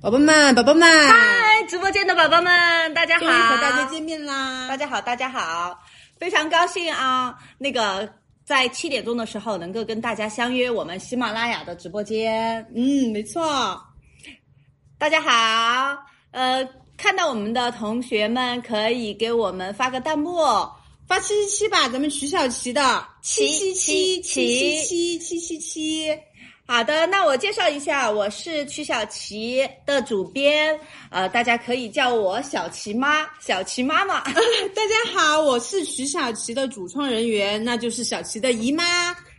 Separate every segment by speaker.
Speaker 1: 宝宝们，宝宝们，
Speaker 2: 嗨，直播间的宝宝们，大家好！
Speaker 1: 终于和大家见面啦！
Speaker 2: 大家好，大家好，非常高兴啊！那个在七点钟的时候能够跟大家相约我们喜马拉雅的直播间。
Speaker 1: 嗯，没错。
Speaker 2: 大家好，呃，看到我们的同学们可以给我们发个弹幕，
Speaker 1: 发七七七吧，咱们徐小琪的
Speaker 2: 七
Speaker 1: 七七
Speaker 2: 七
Speaker 1: 七七七七。
Speaker 2: 好的，那我介绍一下，我是曲小琪的主编，呃，大家可以叫我小琪妈、小琪妈妈。
Speaker 1: 大家好，我是徐小琪的主创人员，那就是小琪的姨妈。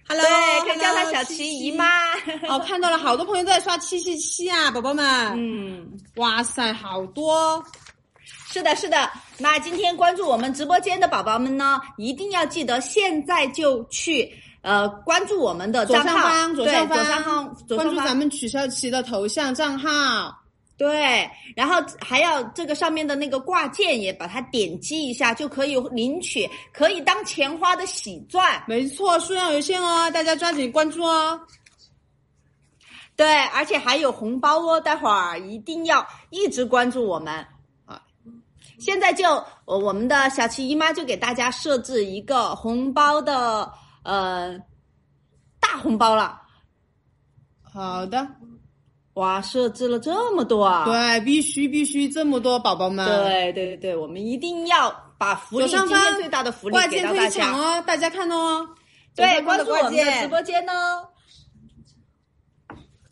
Speaker 1: Hello，
Speaker 2: 对，可以叫她小琪姨。 妈。
Speaker 1: 哦，看到了，好多朋友都在刷七七七啊，宝宝们。
Speaker 2: 嗯，
Speaker 1: 哇塞，好多！
Speaker 2: 是的，是的。那今天关注我们直播间的宝宝们呢，一定要记得现在就去呃关注我们的
Speaker 1: 左
Speaker 2: 账
Speaker 1: 上
Speaker 2: 号，
Speaker 1: 方，左
Speaker 2: 对
Speaker 1: 上
Speaker 2: 左上方
Speaker 1: 方，，
Speaker 2: 左
Speaker 1: 关
Speaker 2: 上
Speaker 1: 注
Speaker 2: 方
Speaker 1: 咱们曲小琪的头像账号。
Speaker 2: 对，然后还要这个上面的那个挂件也把它点击一下，就可以领取可以当钱花的喜钻。
Speaker 1: 没错，数量有限哦，大家抓紧关注哦。
Speaker 2: 对，而且还有红包哦，待会儿一定要一直关注我们啊！现在就我我们的小琪姨妈就给大家设置一个红包的呃大红包了，
Speaker 1: 好的，
Speaker 2: 哇，设置了这么多啊！
Speaker 1: 对，必须必须这么多宝宝们，，
Speaker 2: 对对对对，我们一定要把福利
Speaker 1: 左上
Speaker 2: 今
Speaker 1: 方
Speaker 2: 天最大的福利
Speaker 1: 挂
Speaker 2: 给
Speaker 1: 件
Speaker 2: 到
Speaker 1: 可
Speaker 2: 大
Speaker 1: 以抢
Speaker 2: 家。
Speaker 1: 哦，大家看哦，左
Speaker 2: 对，
Speaker 1: 上方
Speaker 2: 关
Speaker 1: 的
Speaker 2: 注我
Speaker 1: 挂
Speaker 2: 们的直
Speaker 1: 件，
Speaker 2: 播间哦。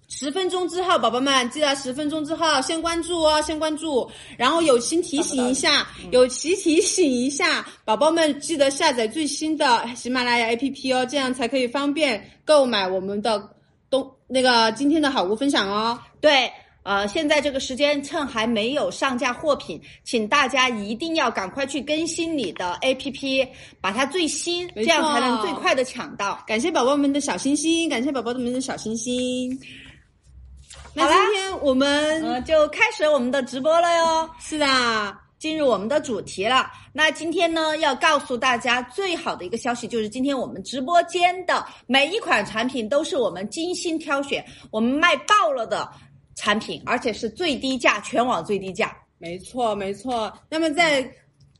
Speaker 1: 十分钟之后，宝宝们记得十分钟之后先关注哦，先关注，然后友情提醒一下，
Speaker 2: 嗯
Speaker 1: 友情提醒一下，宝宝们记得下载最新的喜马拉雅 APP 哦，这样才可以方便购买我们的东那个今天的好物分享哦。
Speaker 2: 对，呃，现在这个时间趁还没有上架货品，请大家一定要赶快去更新你的 APP，把它最新，
Speaker 1: 没
Speaker 2: 这样才
Speaker 1: 错
Speaker 2: 能最快的抢到。
Speaker 1: 感谢宝宝们的小心心，感谢宝宝们的小心心。那
Speaker 2: 好啦
Speaker 1: 今天我们、
Speaker 2: 嗯、就开始我们的直播了哟。
Speaker 1: 是的，
Speaker 2: 进入我们的主题了。那今天呢，要告诉大家最好的一个消息，就是今天我们直播间的每一款产品都是我们精心挑选，我们卖爆了的产品，而且是最低价，全网最低价。
Speaker 1: 没错没错。那么在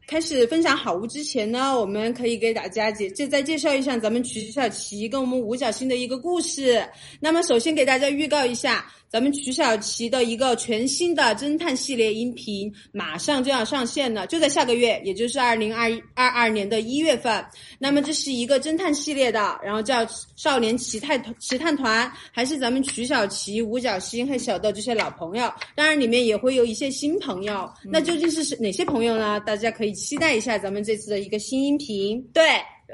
Speaker 1: 开始分享好物之前呢，我们可以给大家介就再介绍一下咱们曲小琪跟我们吴小新的一个故事。那么首先给大家预告一下，咱们曲小琪的一个全新的侦探系列音频马上就要上线了，就在下个月，也就是二零二二二年的一月份。那么这是一个侦探系列的，然后叫少年奇探奇探团，还是咱们曲小琪、吴小星和小豆这些老朋友。当然里面也会有一些新朋友，
Speaker 2: 嗯
Speaker 1: 那究竟是是哪些朋友呢？大家可以期待一下咱们这次的一个新音频。
Speaker 2: 对，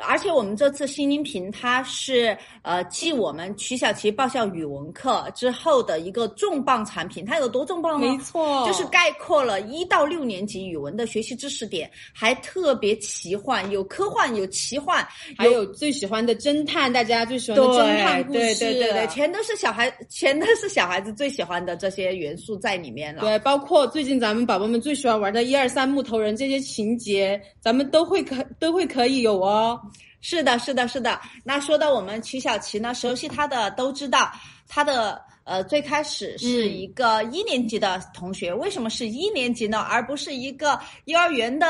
Speaker 2: 而且我们这次新音频它是呃继我们曲小琪爆笑语文课之后的一个重磅产品，它有多重磅呢？
Speaker 1: 没错，
Speaker 2: 就是概括了一到六年级语文的学习知识点，还特别奇幻，有科幻，有奇幻，
Speaker 1: 还有最喜欢的侦探，大家最喜欢的侦探故事，
Speaker 2: 对对对对，全都是小孩，全都是小孩子最喜欢的这些元素在里面了。
Speaker 1: 对，包括最近咱们宝宝们最喜欢玩的一二三木头人这些情节，咱们都会可都会可以有哦。
Speaker 2: 是的，是的，是的。那说到我们曲小琪呢，熟悉她的都知道，她的呃最开始是一个一年级的同学，为什么是一年级呢，而不是一个幼儿园的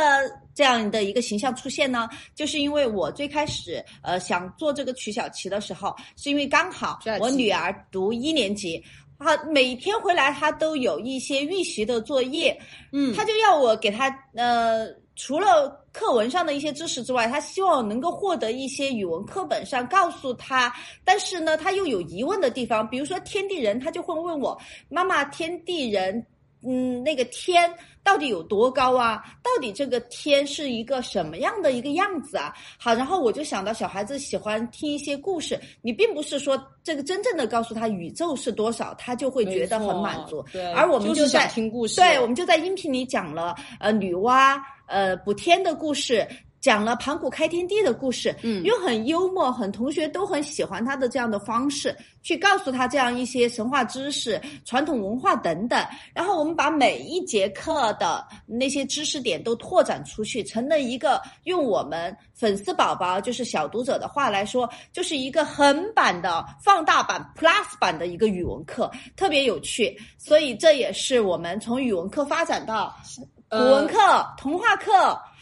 Speaker 2: 这样的一个形象出现呢？就是因为我最开始呃想做这个曲小琪的时候，是因为刚好
Speaker 1: 曲小琪
Speaker 2: 我女儿读一年级。她每天回来，她都有一些预习的作业，
Speaker 1: 嗯，
Speaker 2: 他就要我给他呃，除了课文上的一些知识之外，他希望能够获得一些语文课本上告诉他，但是呢，他又有疑问的地方，比如说天地人，他就会问我妈妈，天地人。嗯，那个天到底有多高啊？到底这个天是一个什么样的一个样子啊？好，然后我就想到小孩子喜欢听一些故事，你并不是说这个真正的告诉他宇宙是多少，他就会觉得很满足
Speaker 1: 没错。对
Speaker 2: 而我们
Speaker 1: 就是
Speaker 2: 在
Speaker 1: 想听故事，
Speaker 2: 对，我们就在音频里讲了呃女娲、呃补天的故事。讲了盘古开天地的故事，
Speaker 1: 嗯
Speaker 2: 又很幽默，很同学都很喜欢他的这样的方式，去告诉他这样一些神话知识、传统文化等等。然后我们把每一节课的那些知识点都拓展出去，成了一个用我们粉丝宝宝，就是小读者的话来说，就是一个横版的、放大版、Plus 版的一个语文课，特别有趣。所以这也是我们从语文课发展到古
Speaker 1: 呃
Speaker 2: 文课、童话课。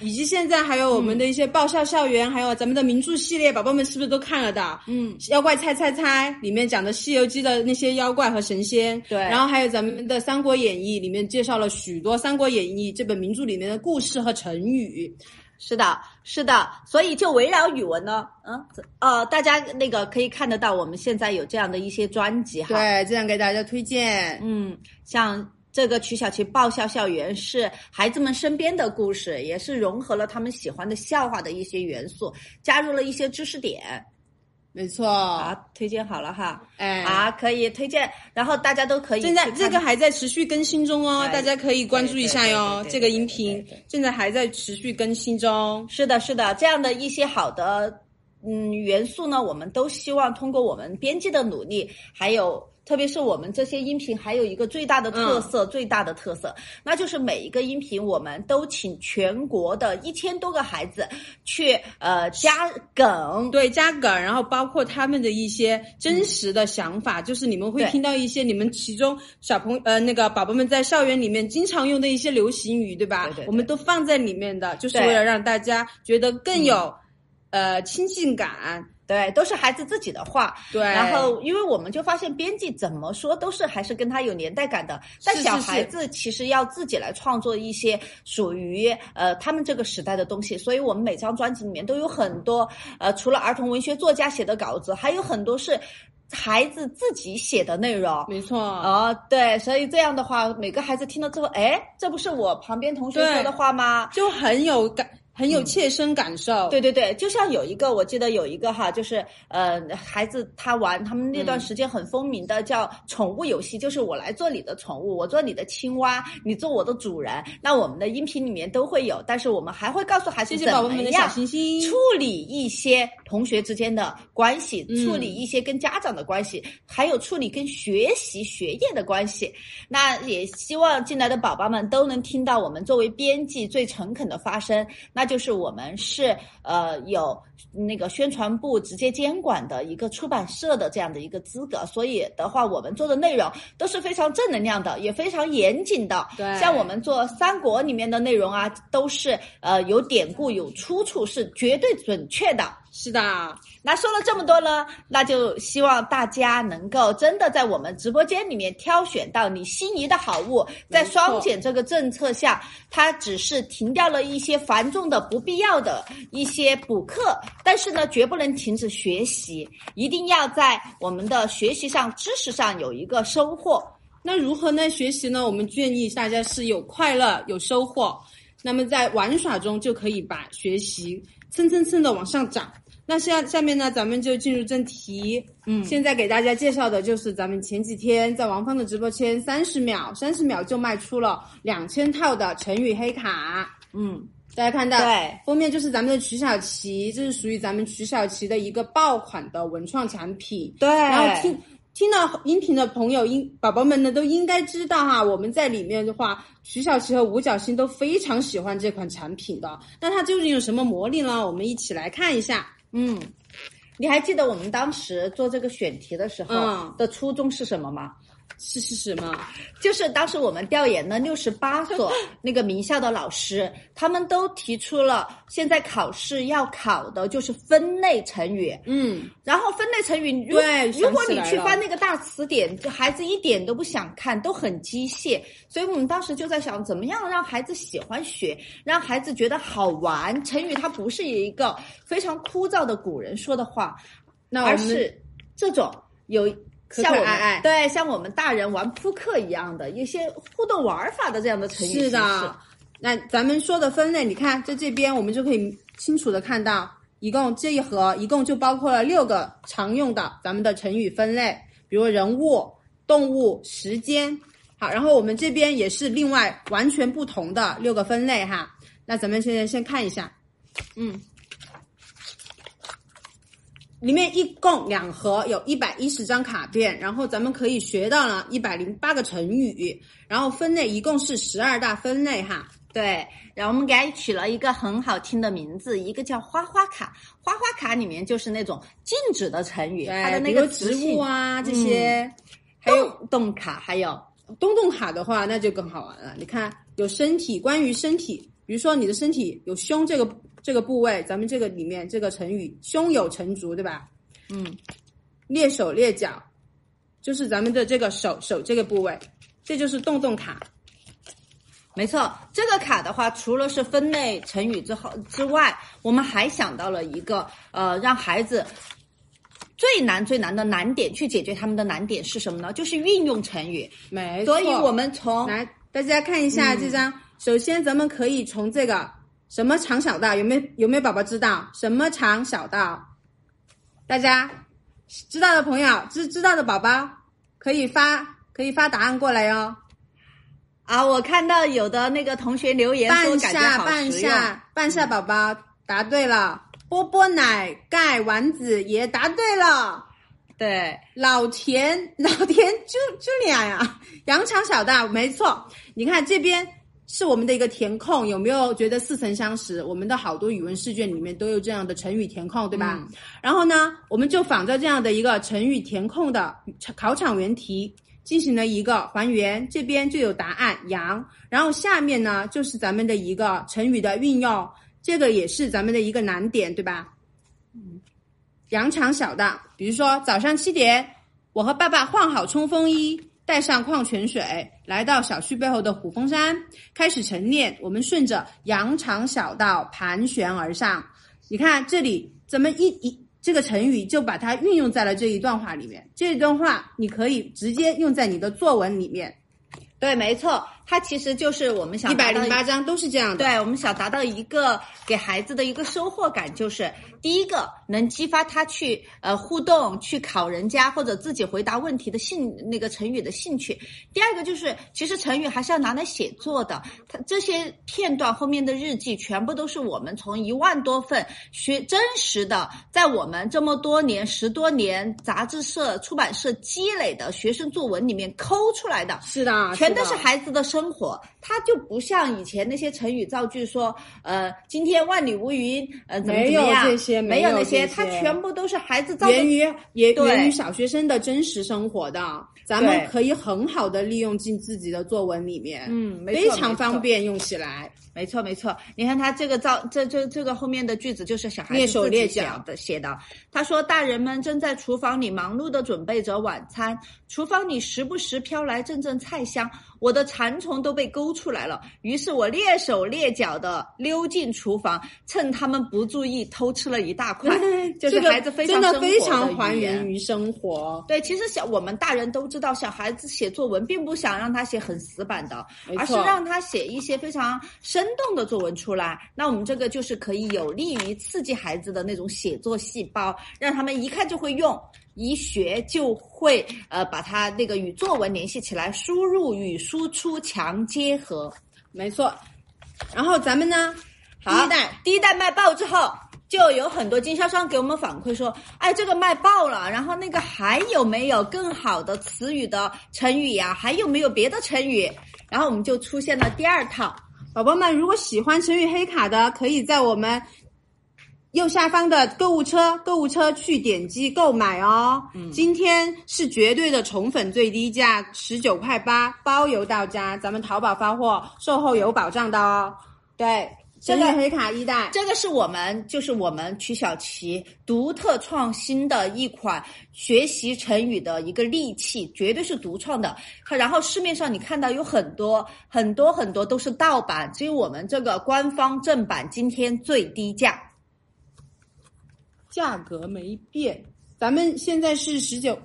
Speaker 1: 以及现在还有我们的一些爆笑校园，还有咱们的名著系列，宝宝们是不是都看了的？
Speaker 2: 嗯，
Speaker 1: 妖怪猜猜猜里面讲的《西游记》的那些妖怪和神仙，
Speaker 2: 对
Speaker 1: 然后还有咱们的《三国演义》里面介绍了许多《三国演义》这本名著里面的故事和成语。
Speaker 2: 是的，是的，所以就围绕语文呢，嗯，呃，大家那个可以看得到，我们现在有这样的一些专辑哈，
Speaker 1: 对，这样给大家推荐。
Speaker 2: 嗯，像这个曲小琪爆笑校园是孩子们身边的故事，也是融合了他们喜欢的笑话的一些元素，加入了一些知识点
Speaker 1: 没错，
Speaker 2: 啊，推荐好了哈，
Speaker 1: 哎，
Speaker 2: 啊，可以推荐，然后大家都可以
Speaker 1: 正在
Speaker 2: 去看
Speaker 1: 这个还在持续更新中哦，
Speaker 2: 哎
Speaker 1: 大家可以关注一下哟。
Speaker 2: 对对对对对
Speaker 1: 这个音频
Speaker 2: 对对对
Speaker 1: 正在还在持续更新中。
Speaker 2: 是的，是的，这样的一些好的嗯元素呢，我们都希望通过我们编辑的努力，还有。特别是我们这些音频，还有一个最大的特色，最大的特色，那就是每一个音频，我们都请全国的一千多个孩子去呃加梗，
Speaker 1: 对，加梗，然后包括他们的一些真实的想法，就是你们会
Speaker 2: 嗯对
Speaker 1: 听到一些你们其中小朋呃那个宝宝们在校园里面经常用的一些流行语，对吧？
Speaker 2: 对对对
Speaker 1: 我们都放在里面的，就是
Speaker 2: 对嗯
Speaker 1: 为了让大家觉得更有、呃亲近感。
Speaker 2: 对，都是孩子自己的话。
Speaker 1: 对，
Speaker 2: 然后，因为我们就发现编辑怎么说都是还是跟他有年代感的，但
Speaker 1: 是
Speaker 2: 小
Speaker 1: 是
Speaker 2: 孩
Speaker 1: 是
Speaker 2: 子其实要自己来创作一些属于呃他们这个时代的东西，所以我们每张专辑里面都有很多呃除了儿童文学作家写的稿子，还有很多是孩子自己写的内容。
Speaker 1: 没错，
Speaker 2: 哦，对，所以这样的话，每个孩子听了之后，哎，这不是我旁边同学
Speaker 1: 对
Speaker 2: 说的话吗？
Speaker 1: 就很有感，很有切身感受。
Speaker 2: 嗯对对对，就像有一个，我记得有一个哈，就是呃，孩子他玩他们那
Speaker 1: 嗯
Speaker 2: 段时间很风靡的叫宠物游戏，就是我来做你的宠物，我做你的青蛙，你做我的主人。那我们的音频里面都会有，但是我们还会告诉孩子
Speaker 1: 谢谢
Speaker 2: 怎
Speaker 1: 宝宝
Speaker 2: 么
Speaker 1: 们的小
Speaker 2: 样
Speaker 1: 心心。
Speaker 2: 处理一些同学之间的关系，
Speaker 1: 嗯
Speaker 2: 处理一些跟家长的关系，还有处理跟学习学业的关系。那也希望进来的宝宝们都能听到我们作为编辑最诚恳的发声，那就是我们是呃有那个宣传部直接监管的一个出版社的这样的一个资格，所以的话，我们做的内容都是非常正能量的，也非常严谨的。
Speaker 1: 对
Speaker 2: 像我们做三国里面的内容啊，都是呃有典故、有出处，是绝对准确的。
Speaker 1: 是的，
Speaker 2: 那说了这么多呢，那就希望大家能够真的在我们直播间里面挑选到你心仪的好物。在
Speaker 1: 没错
Speaker 2: 双减这个政策下，它只是停掉了一些繁重的、不必要的一些补课，但是呢，绝不能停止学习，一定要在我们的学习上、知识上有一个收获。
Speaker 1: 那如何呢？学习呢？我们建议大家是有快乐、有收获。那么在玩耍中就可以把学习蹭蹭蹭的往上涨。那下下面呢，咱们就进入正题。嗯，现在给大家介绍的就是咱们前几天在王芳的直播间，三十秒，三十秒就卖出了两千套的成语黑卡。
Speaker 2: 嗯，
Speaker 1: 大家看到
Speaker 2: 对
Speaker 1: 封面就是咱们的曲小琪，这是属于咱们曲小琪的一个爆款的文创产品。
Speaker 2: 对
Speaker 1: 然后听听到音频的朋友，应宝宝们呢都应该知道哈，我们在里面的话，曲小琪和五角星都非常喜欢这款产品的。那它究竟有什么魔力呢？我们一起来看一下。
Speaker 2: 嗯，你还记得我们当时做这个选题的时候
Speaker 1: 嗯
Speaker 2: 的初衷是什么吗？
Speaker 1: 是是什么？
Speaker 2: 就是当时我们调研了六十八 所那个名校的老师，他们都提出了现在考试要考的就是分类成语。
Speaker 1: 嗯，
Speaker 2: 然后分类成语，如
Speaker 1: 对
Speaker 2: 如果
Speaker 1: 想起
Speaker 2: 你
Speaker 1: 来
Speaker 2: 去
Speaker 1: 了
Speaker 2: 翻那个大词典，就孩子一点都不想看，都很机械。所以我们当时就在想，怎么样让孩子喜欢学，让孩子觉得好玩。成语它不是一个非常枯燥的古人说的话，
Speaker 1: 那我
Speaker 2: 而
Speaker 1: 们
Speaker 2: 是这种有
Speaker 1: 可
Speaker 2: 像
Speaker 1: 可
Speaker 2: 我们
Speaker 1: 爱爱
Speaker 2: 对像我们大人玩扑克一样的一些互动玩法的这样的成语
Speaker 1: 是
Speaker 2: 形式
Speaker 1: 的。那咱们说的分类，你看在这边我们就可以清楚的看到，一共这一盒一共就包括了六个常用的咱们的成语分类，比如人物、动物、时间。好，然后我们这边也是另外完全不同的六个分类哈。那咱们现在先看一下，嗯，里面一共两盒，有一百一十张卡片，然后咱们可以学到了一百零八个成语，然后分类一共是十二大分类哈。
Speaker 2: 对，然后我们给它取了一个很好听的名字，一个叫花花卡。花花卡里面就是那种静止的成语，它的
Speaker 1: 哎对，比
Speaker 2: 那
Speaker 1: 如
Speaker 2: 个
Speaker 1: 植
Speaker 2: 词
Speaker 1: 物
Speaker 2: 性，
Speaker 1: 啊这些，还有
Speaker 2: 动动卡，还有
Speaker 1: 东洞卡的话，那就更好玩了。你看，有身体，关于身体，比如说你的身体有胸这个这个部位，咱们这个里面这个成语“胸有成竹”，对吧？
Speaker 2: 嗯，
Speaker 1: 蹑手蹑脚，就是咱们的这个手手这个部位，这就是洞洞卡。
Speaker 2: 没错，这个卡的话，除了是分类成语之后之外，我们还想到了一个呃，让孩子最难最难的难点去解决他们的难点是什么呢？就是运用成语。
Speaker 1: 没错，
Speaker 2: 所以我们从
Speaker 1: 来大家看一
Speaker 2: 嗯
Speaker 1: 下这张，首先咱们可以从这个什么长小道，有没有有没有宝宝知道什么长小道？大家知道的朋友，知知道的宝宝可以发可以发答案过来哦哟、
Speaker 2: 啊，我看到有的那个同学留言说
Speaker 1: 半
Speaker 2: 感觉
Speaker 1: 夏，
Speaker 2: 好
Speaker 1: 半
Speaker 2: 实用。
Speaker 1: 夏，半夏宝宝答对了，波波奶盖丸子也答对了，
Speaker 2: 对，
Speaker 1: 老田，老田就就俩呀，羊肠小道没错。你看这边是我们的一个填空，有没有觉得似曾相识？我们的好多语文试卷里面都有这样的成语填空，对吧？然后呢，我们就仿照这样的一个成语填空的考场原题。进行了一个还原，这边就有答案羊，然后下面呢就是咱们的一个成语的运用，这个也是咱们的一个难点，对吧？嗯羊肠小道，比如说早上七点，我和爸爸换好冲锋衣，带上矿泉水，来到小区背后的虎峰山，开始晨练。我们顺着羊肠小道盘旋而上。你看这里，咱们一一这个成语就把它运用在了这一段话里面。这一段话你可以直接用在你的作文里面，
Speaker 2: 对，没错，它其实就是我们想
Speaker 1: 一
Speaker 2: 达
Speaker 1: 百
Speaker 2: 到
Speaker 1: 零八章都是这样的。
Speaker 2: 对，我们想达到一个给孩子的一个收获感，就是第一个能激发他去呃互动、去考人家或者自己回答问题的兴那个成语的兴趣。第二个就是，其实成语还是要拿来写作的，它这些片段后面的日记全部都是我们从一万多份学真实的，在我们这么多年十多年杂志社、出版社积累的学生作文里面抠出来的。
Speaker 1: 啊是的，
Speaker 2: 全都
Speaker 1: 的
Speaker 2: 是孩子的生活，他就不像以前那些成语造句说，呃，今天万里无云，呃，怎么
Speaker 1: 没
Speaker 2: 怎么
Speaker 1: 有
Speaker 2: 样，
Speaker 1: 这些
Speaker 2: 没
Speaker 1: 没有
Speaker 2: 那
Speaker 1: 这些
Speaker 2: 他全部都是孩子造的
Speaker 1: 源于也
Speaker 2: 对
Speaker 1: 源于小学生的真实生活的，咱们
Speaker 2: 对
Speaker 1: 可以很好的利用进自己的作文里面，
Speaker 2: 嗯没错
Speaker 1: 非常方便用起来。
Speaker 2: 没错，没错。你看他这个造这这这个后面的句子就是小孩
Speaker 1: 蹑
Speaker 2: 子
Speaker 1: 手
Speaker 2: 自己
Speaker 1: 蹑
Speaker 2: 写
Speaker 1: 脚
Speaker 2: 的写的。他说：“大人们正在厨房里忙碌地准备着晚餐，厨房里时不时飘来阵阵菜香，我的馋虫都被勾出来了。于是我蹑手蹑脚地溜进厨房，趁他们不注意偷吃了一大块。 就 是
Speaker 1: 这个
Speaker 2: 孩子非
Speaker 1: 真
Speaker 2: 常
Speaker 1: 的
Speaker 2: 生
Speaker 1: 非
Speaker 2: 活
Speaker 1: 常
Speaker 2: 的
Speaker 1: 还
Speaker 2: 语
Speaker 1: 原
Speaker 2: 言
Speaker 1: 于生活，
Speaker 2: 对，其实小我们大人都知道，小孩子写作文并不想让他写很死板的
Speaker 1: 没，
Speaker 2: 而是
Speaker 1: 错
Speaker 2: 让他写一些非常生动的作文出来。那我们这个就是可以有利于刺激孩子的那种写作细胞，让他们一看就会用，一学就会，呃，把它那个与作文联系起来，输入与输出强结合。
Speaker 1: 没错。然后咱们呢，第
Speaker 2: 好
Speaker 1: 一代
Speaker 2: 第一代卖爆之后，就有很多经销商给我们反馈说，哎，这个卖爆了，然后那个还有没有更好的词语的成语呀、还有没有别的成语？然后我们就出现了第二套，
Speaker 1: 宝宝们，如果喜欢成语黑卡的，可以在我们右下方的购物车购物车去点击购买哦。
Speaker 2: 嗯
Speaker 1: 今天是绝对的宠粉最低价，十九块八，包邮到家，咱们淘宝发货，售后有保障的哦。对，
Speaker 2: 这
Speaker 1: 成
Speaker 2: 个
Speaker 1: 语黑卡一代，
Speaker 2: 这个是我们就是我们曲小琪独特创新的一款学习成语的一个利器，绝对是独创的。然后市面上你看到有很多很多很多都是盗版，只有我们这个官方正版今天最低
Speaker 1: 哦
Speaker 2: 价。
Speaker 1: 价格没变，咱们现在是十九，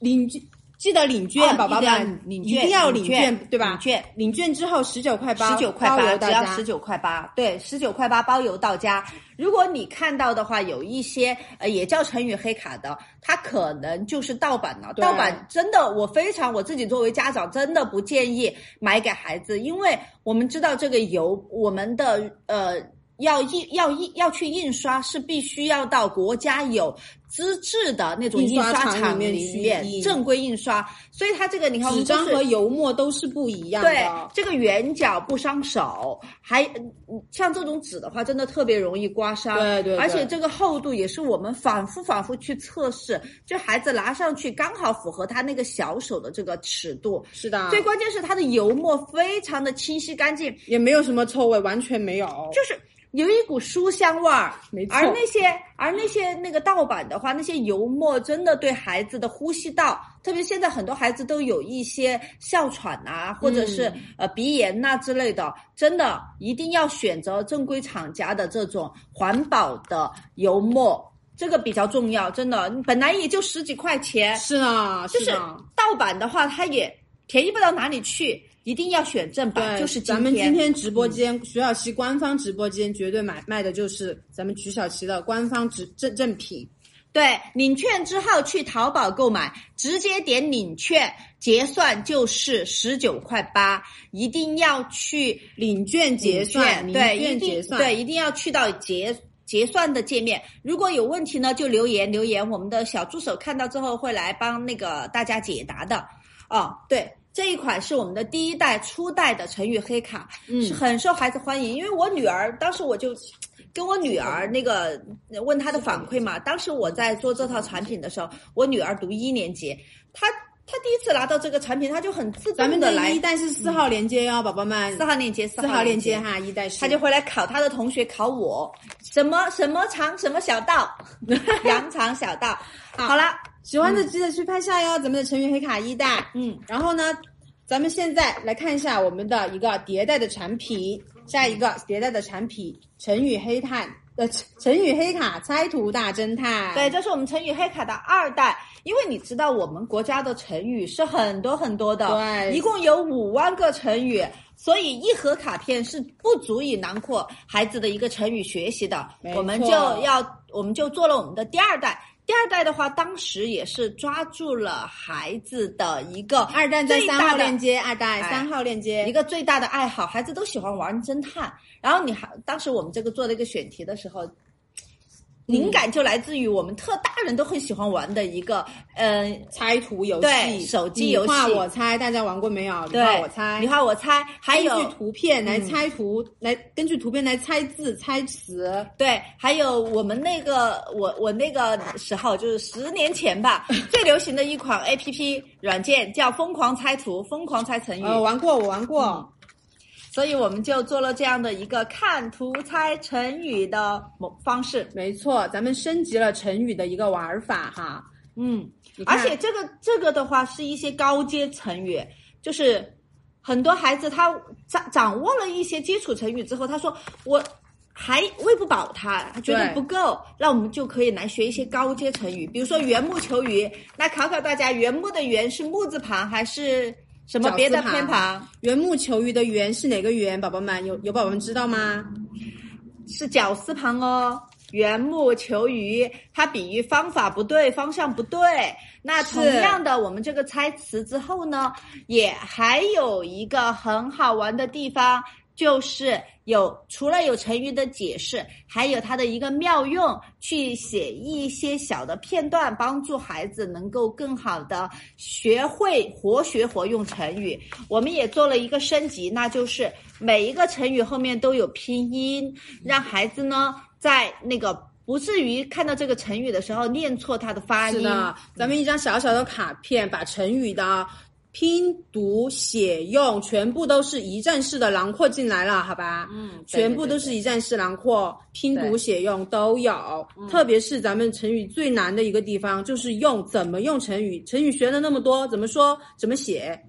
Speaker 1: 领券记得领券，
Speaker 2: 哦
Speaker 1: 宝宝
Speaker 2: 一定要
Speaker 1: 们
Speaker 2: 领
Speaker 1: 一
Speaker 2: 券
Speaker 1: 定要
Speaker 2: 领
Speaker 1: 领
Speaker 2: 券
Speaker 1: 券，对吧？
Speaker 2: 领券
Speaker 1: 领券之后十九块八，
Speaker 2: 十九块
Speaker 1: 包
Speaker 2: 八，
Speaker 1: 邮到
Speaker 2: 只要
Speaker 1: 家
Speaker 2: 十九块八，对，十九块八包邮到家。如果你看到的话，有一些呃也叫成语黑卡的，它可能就是盗版了。
Speaker 1: 对
Speaker 2: 盗版真的，我非常我自己作为家长，真的不建议买给孩子，因为我们知道这个邮我们的呃。要印要印要去印刷，是必须要到国家有资质的那种
Speaker 1: 印
Speaker 2: 印
Speaker 1: 刷
Speaker 2: 刷
Speaker 1: 厂
Speaker 2: 厂
Speaker 1: 里面
Speaker 2: 里
Speaker 1: 去印
Speaker 2: 面正规印刷。所以它这个你看，我
Speaker 1: 纸
Speaker 2: 们就
Speaker 1: 张
Speaker 2: 是
Speaker 1: 和油墨都是不一样
Speaker 2: 对
Speaker 1: 的。
Speaker 2: 这个圆角不伤手，还嗯像这种纸的话，真的特别容易刮伤。
Speaker 1: 对对对
Speaker 2: 而且这个厚度也是我们反复反复去测试，就孩子拿上去刚好符合他那个小手的这个尺度。
Speaker 1: 是的，
Speaker 2: 最关键是它的油墨非常的清晰干净，
Speaker 1: 也没有什么臭味，完全没有。
Speaker 2: 就是有一股书香味儿。
Speaker 1: 没错
Speaker 2: 而那些而那些那个盗版的话，那些油墨真的对孩子的呼吸道，特别现在很多孩子都有一些哮喘啊，或者是、
Speaker 1: 嗯
Speaker 2: 呃鼻炎呐、之类的，真的一定要选择正规厂家的这种环保的油墨。这个比较重要，真的，本来也就十几块钱，
Speaker 1: 是啊呢，
Speaker 2: 就是是
Speaker 1: 呢。
Speaker 2: 盗版的话，它也便宜不到哪里去，一定要选正版。
Speaker 1: 对，
Speaker 2: 就是
Speaker 1: 咱们今天嗯直播间，徐小琪官方直播间绝对买卖的就是咱们徐小琪的官方直正正品。
Speaker 2: 对，领券之后去淘宝购买，直接点领券结算就是十九块八，一定要去
Speaker 1: 领券结算，
Speaker 2: 领
Speaker 1: 领
Speaker 2: 券对，一
Speaker 1: 券
Speaker 2: 定
Speaker 1: 结算，
Speaker 2: 对，一定要去到结结算的界面。如果有问题呢，就留言留言，我们的小助手看到之后会来帮那个大家解答的。哦，对。这一款是我们的第一代初代的成语黑卡，
Speaker 1: 嗯
Speaker 2: 是很受孩子欢迎。因为我女儿当时我就跟我女儿那个问她的反馈嘛，当时我在做这套产品的时候，我女儿读一年级，她她第一次拿到这个产品，她就很自
Speaker 1: 咱
Speaker 2: 动
Speaker 1: 们
Speaker 2: 的
Speaker 1: 的
Speaker 2: 来
Speaker 1: 一代是四号链接哟，宝宝们，
Speaker 2: 四号链接，四
Speaker 1: 四号链
Speaker 2: 链
Speaker 1: 接哈，一代是
Speaker 2: 他就会来考他的同学，考我什么什么长什么小道， 羊肠小道。好了，
Speaker 1: 喜欢的记得去拍下哟，咱们的成语黑卡一代。
Speaker 2: 嗯，
Speaker 1: 然后呢，咱们现在来看一下我们的一个迭代的产品，下一个迭代的产品成语黑探。呃，成语黑卡猜图大侦探，
Speaker 2: 对，这是我们成语黑卡的二代，因为你知道我们国家的成语是很多很多的，
Speaker 1: 对
Speaker 2: 一共有五万个成语。所以一盒卡片是不足以囊括孩子的一个成语学习的
Speaker 1: 没，错
Speaker 2: 我们就要我们就做了我们的第二代。第二代的话，当时也是抓住了孩子的一个
Speaker 1: 二代在
Speaker 2: 最
Speaker 1: 三
Speaker 2: 大
Speaker 1: 号
Speaker 2: 的
Speaker 1: 链接，二代
Speaker 2: 哎
Speaker 1: 三号链接，
Speaker 2: 一个最大的爱好，孩子都喜欢玩侦探。然后你还当时我们这个做了一个选题的时候，
Speaker 1: 嗯
Speaker 2: 灵感就来自于我们特大人都很喜欢玩的一个，嗯、
Speaker 1: 猜图游戏，
Speaker 2: 对手机游戏
Speaker 1: 你画我猜，大家玩过没有？你
Speaker 2: 对，
Speaker 1: 画我猜，
Speaker 2: 你画我猜，还有嗯
Speaker 1: 根据图片来猜图，来根据图片来猜字、猜词。
Speaker 2: 对，还有我们那个我我那个时候就是十年 前吧，最流行的一款 A P P 软件叫“疯狂猜图”，疯狂猜成语。
Speaker 1: 呃，玩过，我玩过。
Speaker 2: 嗯所以我们就做了这样的一个看图猜成语的某方式。
Speaker 1: 没错，咱们升级了成语的一个玩法哈。
Speaker 2: 嗯
Speaker 1: 你，看
Speaker 2: 而且这个这个的话是一些高阶成语，就是很多孩子他掌掌握了一些基础成语之后，他说我还喂不饱他，他觉得
Speaker 1: 对
Speaker 2: 不够，那我们就可以来学一些高阶成语，比如说缘木求鱼。那考考大家，缘木的缘是木字旁还是什么别的
Speaker 1: 绞丝旁
Speaker 2: 偏旁？
Speaker 1: 缘木求鱼的缘是哪个缘？宝宝们有有宝宝们知道吗？
Speaker 2: 是绞丝旁哦。缘木求鱼，它比喻方法不对，方向不对。那同样的，我们这个猜词之后呢，也还有一个很好玩的地方，就是有除了有成语的解释，还有它的一个妙用，去写一些小的片段，帮助孩子能够更好的学会活学活用成语。我们也做了一个升级，那就是每一个成语后面都有拼音，让孩子呢在那个不至于看到这个成语的时候念错它的发
Speaker 1: 是
Speaker 2: 音。
Speaker 1: 的，咱们一张小小的卡片，把成语的拼读写用全部都是一站式的囊括进来了，好吧？
Speaker 2: 嗯对
Speaker 1: 全部都是一站式囊括，拼读
Speaker 2: 对
Speaker 1: 写用都有。特别是咱们成语最难的一个地方，就是用怎么用成语。成语学了那么多，怎么说怎么写？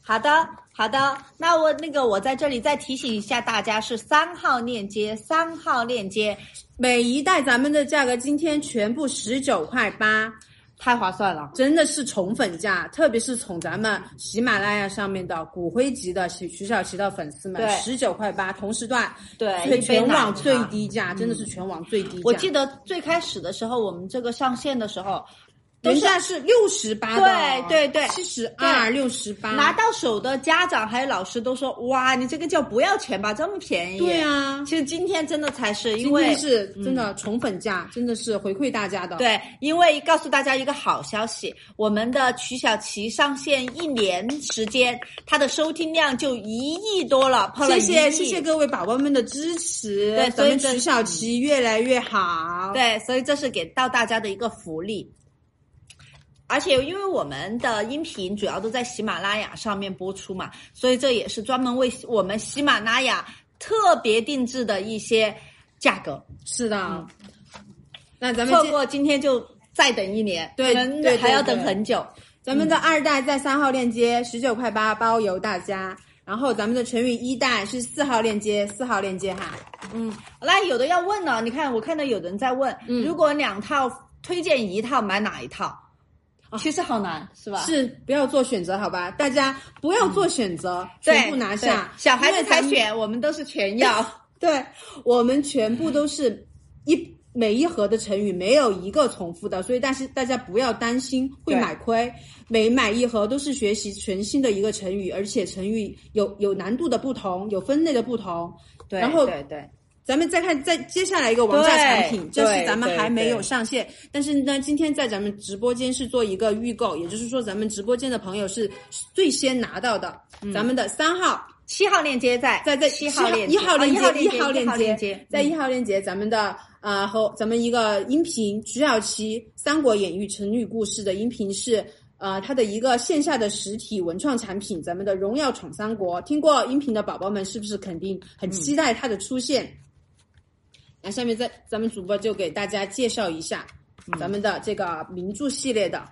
Speaker 2: 好的，好的。那我那个我在这里再提醒一下大家，是三号链接，三号链接
Speaker 1: 每一代咱们的价格今天全部十九块八，
Speaker 2: 太划算了。
Speaker 1: 真的是宠粉价，特别是宠咱们喜马拉雅上面的骨灰级的徐徐小琪的粉丝们，
Speaker 2: 对
Speaker 1: 十九块八同时段，
Speaker 2: 对
Speaker 1: 最
Speaker 2: 一杯
Speaker 1: 全网
Speaker 2: 奶茶嗯
Speaker 1: 最低价，真的是全网最低价。
Speaker 2: 我记得最开始的时候，我们这个上线的时候，都
Speaker 1: 原
Speaker 2: 是
Speaker 1: 价是六十八的哦，
Speaker 2: 对对对
Speaker 1: 七十二、六十
Speaker 2: 拿
Speaker 1: 八，
Speaker 2: 到手的家长还有老师都说：“哇，你这个叫不要钱吧，这么便宜。”
Speaker 1: 对啊，
Speaker 2: 其实今天真的才是因
Speaker 1: 今
Speaker 2: 为
Speaker 1: 天是真的宠粉价，真的是回馈大家的。，
Speaker 2: 嗯对，因为告诉大家一个好消息，我们的曲小琪上线一年时间，她的收听量就一亿多了，破了
Speaker 1: 谢谢
Speaker 2: 一亿。
Speaker 1: 谢谢各位宝宝们的支持，
Speaker 2: 对所
Speaker 1: 咱
Speaker 2: 以
Speaker 1: 们
Speaker 2: 这
Speaker 1: 曲小琪越来越好。，
Speaker 2: 对，所以这是给到大家的一个福利。而且，因为我们的音频主要都在喜马拉雅上面播出嘛，所以这也是专门为我们喜马拉雅特别定制的一些价格。
Speaker 1: 是的。那咱们
Speaker 2: 嗯错
Speaker 1: 接
Speaker 2: 过今天就再等一年，
Speaker 1: 对
Speaker 2: 可能
Speaker 1: 对对
Speaker 2: 还要等
Speaker 1: 对
Speaker 2: 很久。
Speaker 1: 咱们的二代在三号链接十九块八包邮大家，然后咱们的成语一代是四号链接，四号链接哈，
Speaker 2: 嗯，那有的要问了，你看我看到有人在问，
Speaker 1: 嗯
Speaker 2: 如果两套推荐一套，买哪一套？其实好难，是吧？
Speaker 1: 啊是不要做选择好吧？大家不要做选择，
Speaker 2: 对，
Speaker 1: 全部拿下
Speaker 2: 对，小孩
Speaker 1: 因
Speaker 2: 子
Speaker 1: 为咱
Speaker 2: 才
Speaker 1: 们。
Speaker 2: 选，我们都是全要。
Speaker 1: 对我们全部都是一每一盒的成语没有一个重复的，所以但是大家不要担心会
Speaker 2: 对
Speaker 1: 买亏，每买一盒都是学习全新的一个成语，而且成语有有难度的不同，有分类的不同。
Speaker 2: 对，
Speaker 1: 然后
Speaker 2: 对对
Speaker 1: 咱们再看，再接下来一个王炸产品，
Speaker 2: 对
Speaker 1: 这是咱们
Speaker 2: 对
Speaker 1: 还没有
Speaker 2: 对
Speaker 1: 上线，但是呢，今天在咱们直播间是做一个预购，也就是说咱们直播间的朋友是最先拿到的。
Speaker 2: 嗯
Speaker 1: 咱们的三号
Speaker 2: 七号链接在
Speaker 1: 在在
Speaker 2: 七号链
Speaker 1: 一
Speaker 2: 接
Speaker 1: 号链
Speaker 2: 啊
Speaker 1: 接，
Speaker 2: 一号
Speaker 1: 链
Speaker 2: 接，一号链接
Speaker 1: 在
Speaker 2: 嗯
Speaker 1: 一号链接，咱们的呃和咱们一个音频徐小琪《三国演义》成语故事的音频是。呃，它的一个线下的实体文创产品，咱们的荣耀闯三国，听过音频的宝宝们是不是肯定
Speaker 2: 嗯
Speaker 1: 很期待它的出现？那下面再咱们主播就给大家介绍一下
Speaker 2: 嗯
Speaker 1: 咱们的这个名著系列的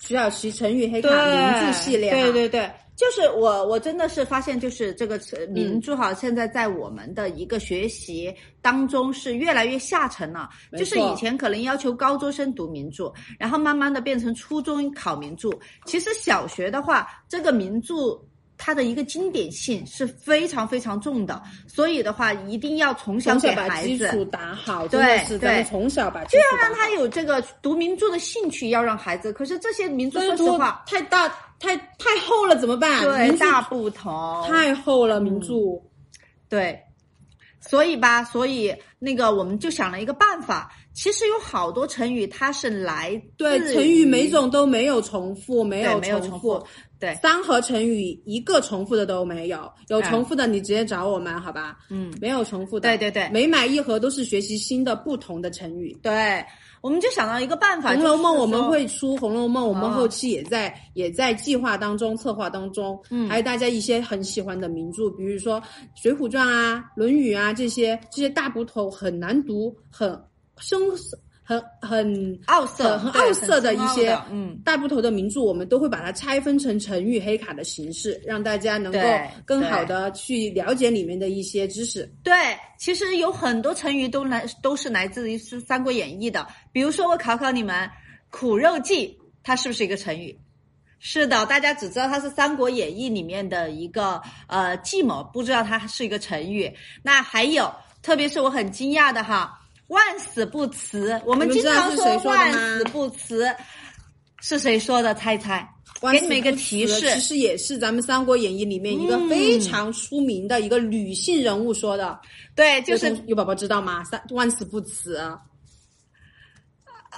Speaker 1: 徐小琪成语黑卡名著系列哈，
Speaker 2: 对对对，就是我我真的是发现，就是这个呃名著哈，现在在我们的一个学习当中是越来越下沉了。
Speaker 1: 没
Speaker 2: 就是
Speaker 1: 错
Speaker 2: 以前可能要求高中生读名著，然后慢慢的变成初中考名著。其实小学的话，这个名著。它的一个经典性是非常非常重的，所以的话一定要从小
Speaker 1: 从小
Speaker 2: 给
Speaker 1: 把
Speaker 2: 孩
Speaker 1: 基
Speaker 2: 子
Speaker 1: 础打好，
Speaker 2: 对
Speaker 1: 真的是咱们
Speaker 2: 对啊
Speaker 1: 从小把基础
Speaker 2: 就要
Speaker 1: 打好。
Speaker 2: 让他有这个读名著的兴趣，要让孩子。可是这些名著，
Speaker 1: 但
Speaker 2: 说
Speaker 1: 是
Speaker 2: 实
Speaker 1: 多
Speaker 2: 话，
Speaker 1: 太大太太厚了怎么办？
Speaker 2: 对嗯
Speaker 1: 名著
Speaker 2: 大不同，
Speaker 1: 太厚了，名著。
Speaker 2: 对。所以吧，所以那个我们就想了一个办法。其实有好多成语，它是来
Speaker 1: 对，
Speaker 2: 自
Speaker 1: 成语每种都没有重复，没
Speaker 2: 对
Speaker 1: 有
Speaker 2: 没有
Speaker 1: 重
Speaker 2: 重复，对，
Speaker 1: 三合成语一个重复的都没有，有重复的你直接找我们，好吧？
Speaker 2: 嗯，
Speaker 1: 没有重复的，
Speaker 2: 对对对
Speaker 1: 每买一盒都是学习新的不同的成语。
Speaker 2: 对，我们就想到一个办
Speaker 1: 《
Speaker 2: 法，
Speaker 1: 红楼梦
Speaker 2: 就》是
Speaker 1: 我们
Speaker 2: 说
Speaker 1: 会出，《红楼梦》我们
Speaker 2: 哦
Speaker 1: 后期也在、也在计划当中、策划当中。
Speaker 2: 嗯
Speaker 1: 还有大家一些很喜欢的名著，比如说《水浒传》啊、《论语啊》这些，这些大部头很难读、很生、很很
Speaker 2: 奥色，
Speaker 1: 很很
Speaker 2: 对
Speaker 1: 奥色的
Speaker 2: 深
Speaker 1: 一
Speaker 2: 奥
Speaker 1: 些
Speaker 2: 的嗯，
Speaker 1: 大部头的名著，我们都会把它拆分成成语黑卡的形式，让大家能够
Speaker 2: 对
Speaker 1: 更好的去了解里面的一些知识。
Speaker 2: 对，其实有很多成语都来都是来自于《三国演义》的。比如说，我考考你们，“苦肉计”它是不是一个成语？是的，大家只知道它是《三国演义》里面的一个呃计谋，不知道它是一个成语。那还有，特别是我很惊讶的哈，“万死不辞”，我们
Speaker 1: 你们
Speaker 2: 经
Speaker 1: 知道
Speaker 2: 常
Speaker 1: 是谁说的
Speaker 2: 万
Speaker 1: 吗
Speaker 2: 死不辞”是谁说的？猜一猜，给你们一个提
Speaker 1: 万死
Speaker 2: 示
Speaker 1: 不辞其实也是咱们《三国演义》里面一个
Speaker 2: 嗯
Speaker 1: 非常出名的一个女性人物说的，
Speaker 2: 对，就
Speaker 1: 有
Speaker 2: 是
Speaker 1: 同有宝宝知道吗？三万死不辞，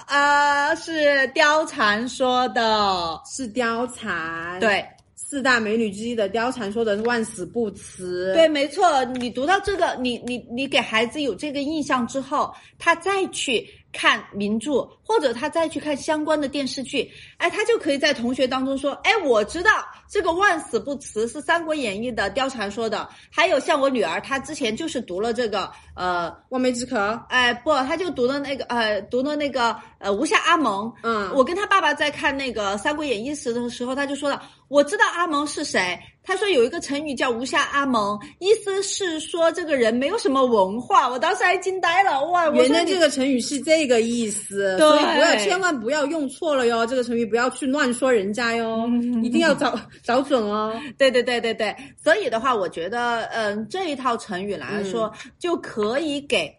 Speaker 2: 啊、是貂蝉说的。
Speaker 1: 是貂蝉，，
Speaker 2: 对，
Speaker 1: 四大美女之一的貂蝉说的是万死不辞，
Speaker 2: 对，，没错，你读到这个，你你你给孩子有这个印象之后，他再去看名著，或者他再去看相关的电视剧，哎，他就可以在同学当中说，哎，我知道这个“万死不辞”是《三国演义》的貂蝉说的，还有像我女儿，她之前就是读了这个，呃，
Speaker 1: 望梅止渴，
Speaker 2: 哎不，她就读了那个，呃，读了那个，呃，吴下阿蒙。
Speaker 1: 嗯，
Speaker 2: 我跟她爸爸在看那个《三国演义》时的时候，他就说了，我知道阿蒙是谁。他说有一个成语叫“无下阿蒙”，意思是说这个人没有什么文化。我当时还惊呆了，哇！我
Speaker 1: 原
Speaker 2: 说
Speaker 1: 来
Speaker 2: 你
Speaker 1: 这个成语是这个意思，
Speaker 2: 对
Speaker 1: 所以不要千万不要用错了哟，这个成语不要去乱说人家哟，
Speaker 2: 嗯
Speaker 1: 一定要找找准哦。
Speaker 2: 对对对对对，所以的话，我觉得，嗯，这一套成语来说，
Speaker 1: 嗯
Speaker 2: 就可以给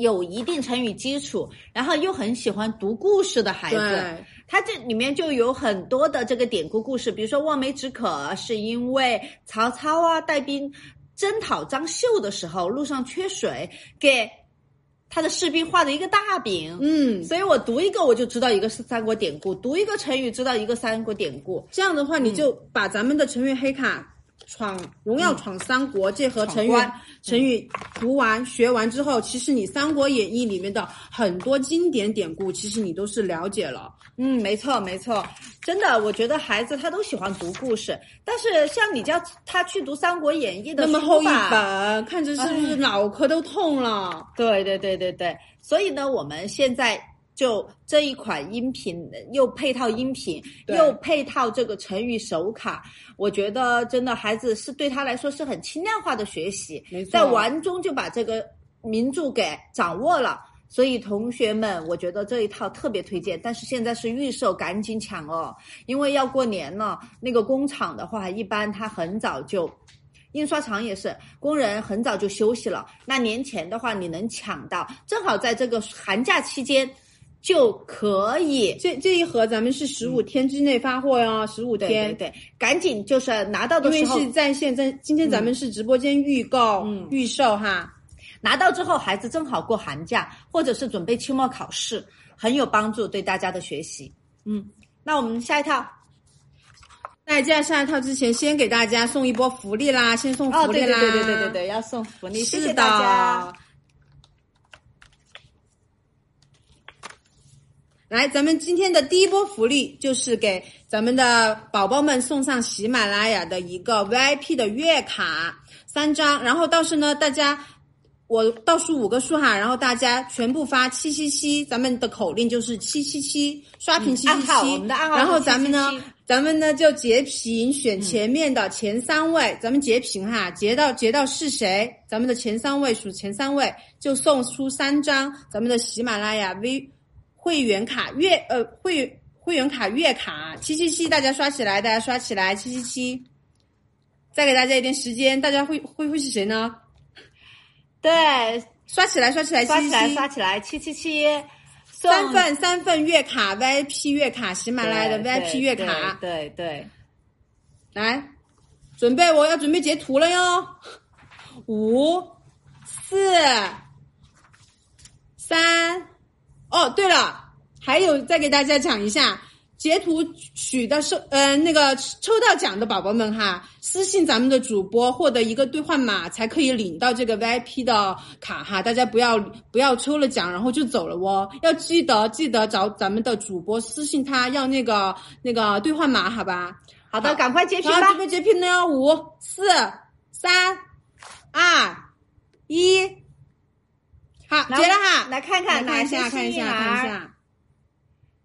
Speaker 2: 有一定成语基础，然后又很喜欢读故事的孩子，
Speaker 1: 对，
Speaker 2: 它这里面就有很多的这个典故故事，比如说望梅止渴啊是因为曹操啊带兵征讨张绣的时候，路上缺水，给他的士兵画了一个大饼。
Speaker 1: 嗯，
Speaker 2: 所以我读一个我就知道一个是三国典故，读一个成语知道一个三国典故。
Speaker 1: 这样的话，
Speaker 2: 嗯
Speaker 1: 你就把咱们的成语黑卡。闯荣耀闯三国、这和成语
Speaker 2: 闯关
Speaker 1: 成语读完学完之后，其实你《三国演义》里面的很多经典典故，其实你都是了解了。
Speaker 2: 嗯，没错没错，真的，我觉得孩子他都喜欢读故事，但是像你叫他去读《三国演义》的
Speaker 1: 那么
Speaker 2: 书哎
Speaker 1: 厚一
Speaker 2: 吧
Speaker 1: 本，看着是不是脑壳都痛了？
Speaker 2: 对对对对对，所以呢，我们现在就这一款音频又配套音频，
Speaker 1: 对
Speaker 2: 又配套这个成语手卡，我觉得真的孩子是对他来说是很轻量化的学习
Speaker 1: 没，错
Speaker 2: 在玩中就把这个名著给掌握了。所以同学们，我觉得这一套特别推荐，但是现在是预售，赶紧抢哦，因为要过年了。那个工厂的话，一般它很早就印刷厂也是，工人很早就休息了。那年前的话，你能抢到，正好在这个寒假期间就可以。
Speaker 1: 这这一盒咱们是十五天之内发货呀，十五
Speaker 2: 对嗯对
Speaker 1: 天。
Speaker 2: 对，赶紧就是拿到
Speaker 1: 因
Speaker 2: 的
Speaker 1: 为
Speaker 2: 时候
Speaker 1: 是，在线，在今天咱们是直播间预购、
Speaker 2: 嗯
Speaker 1: 预售哈，
Speaker 2: 拿到之后孩子正好过寒假，或者是准备期末考试，很有帮助对大家的学习。嗯，那我们下一套
Speaker 1: 在介绍下一套之前，先给大家送一波福利啦，先送
Speaker 2: 哦，
Speaker 1: 福
Speaker 2: 对
Speaker 1: 利
Speaker 2: 对
Speaker 1: 啦，
Speaker 2: 对对对对对，要送福利，谢
Speaker 1: 是的。
Speaker 2: 谢大家。
Speaker 1: 来，咱们今天的第一波福利就是给咱们的宝宝们送上喜马拉雅的一个 VIP 的月卡三张，然后到时呢，大家我倒数五个数哈，然后大家全部发七七七，咱们的口令就是七七七，刷屏七
Speaker 2: 嗯暗
Speaker 1: 七
Speaker 2: 号
Speaker 1: 七，
Speaker 2: 我们的暗号
Speaker 1: 然后
Speaker 2: 是
Speaker 1: 咱们呢
Speaker 2: 777，
Speaker 1: 咱们呢就截屏选前面的前三位，咱们截屏哈，截到截到是谁，咱们的前三位数前三位就送出三张咱们的喜马拉雅 V 会员卡月呃会员会员卡月卡七七七，大家刷起来，大家刷起来七七七。再给大家一点时间，大家会会会是谁呢？
Speaker 2: 对，
Speaker 1: 刷起来，刷起来，
Speaker 2: 刷起来
Speaker 1: 777
Speaker 2: 刷起来，七七七，
Speaker 1: 三
Speaker 2: 送
Speaker 1: 份三份月卡 VIP 月卡，喜马
Speaker 2: 对
Speaker 1: 拉雅的
Speaker 2: 对
Speaker 1: VIP 月卡，
Speaker 2: 对对对
Speaker 1: 来，准备，我要准备截图了哟。五、四、三，哦，对了，还有再给大家讲一下，截图取的收，呃，那个抽到奖的宝宝们哈，私信咱们的主播获得一个兑换码，才可以领到这个 VIP 的卡哈。大家不要不要抽了奖然后就走了哦，要记得记得找咱们的主播私信他要那个那个兑换码，好吧？
Speaker 2: 好的，赶快截屏
Speaker 1: 然后
Speaker 2: 吧
Speaker 1: 这。边截屏的要五四三二一，好，
Speaker 2: 来
Speaker 1: 截了哈，
Speaker 2: 来看
Speaker 1: 来
Speaker 2: 看哪
Speaker 1: 看一
Speaker 2: 些
Speaker 1: 下，看一
Speaker 2: 幸运
Speaker 1: 下，
Speaker 2: 儿，
Speaker 1: 看一下。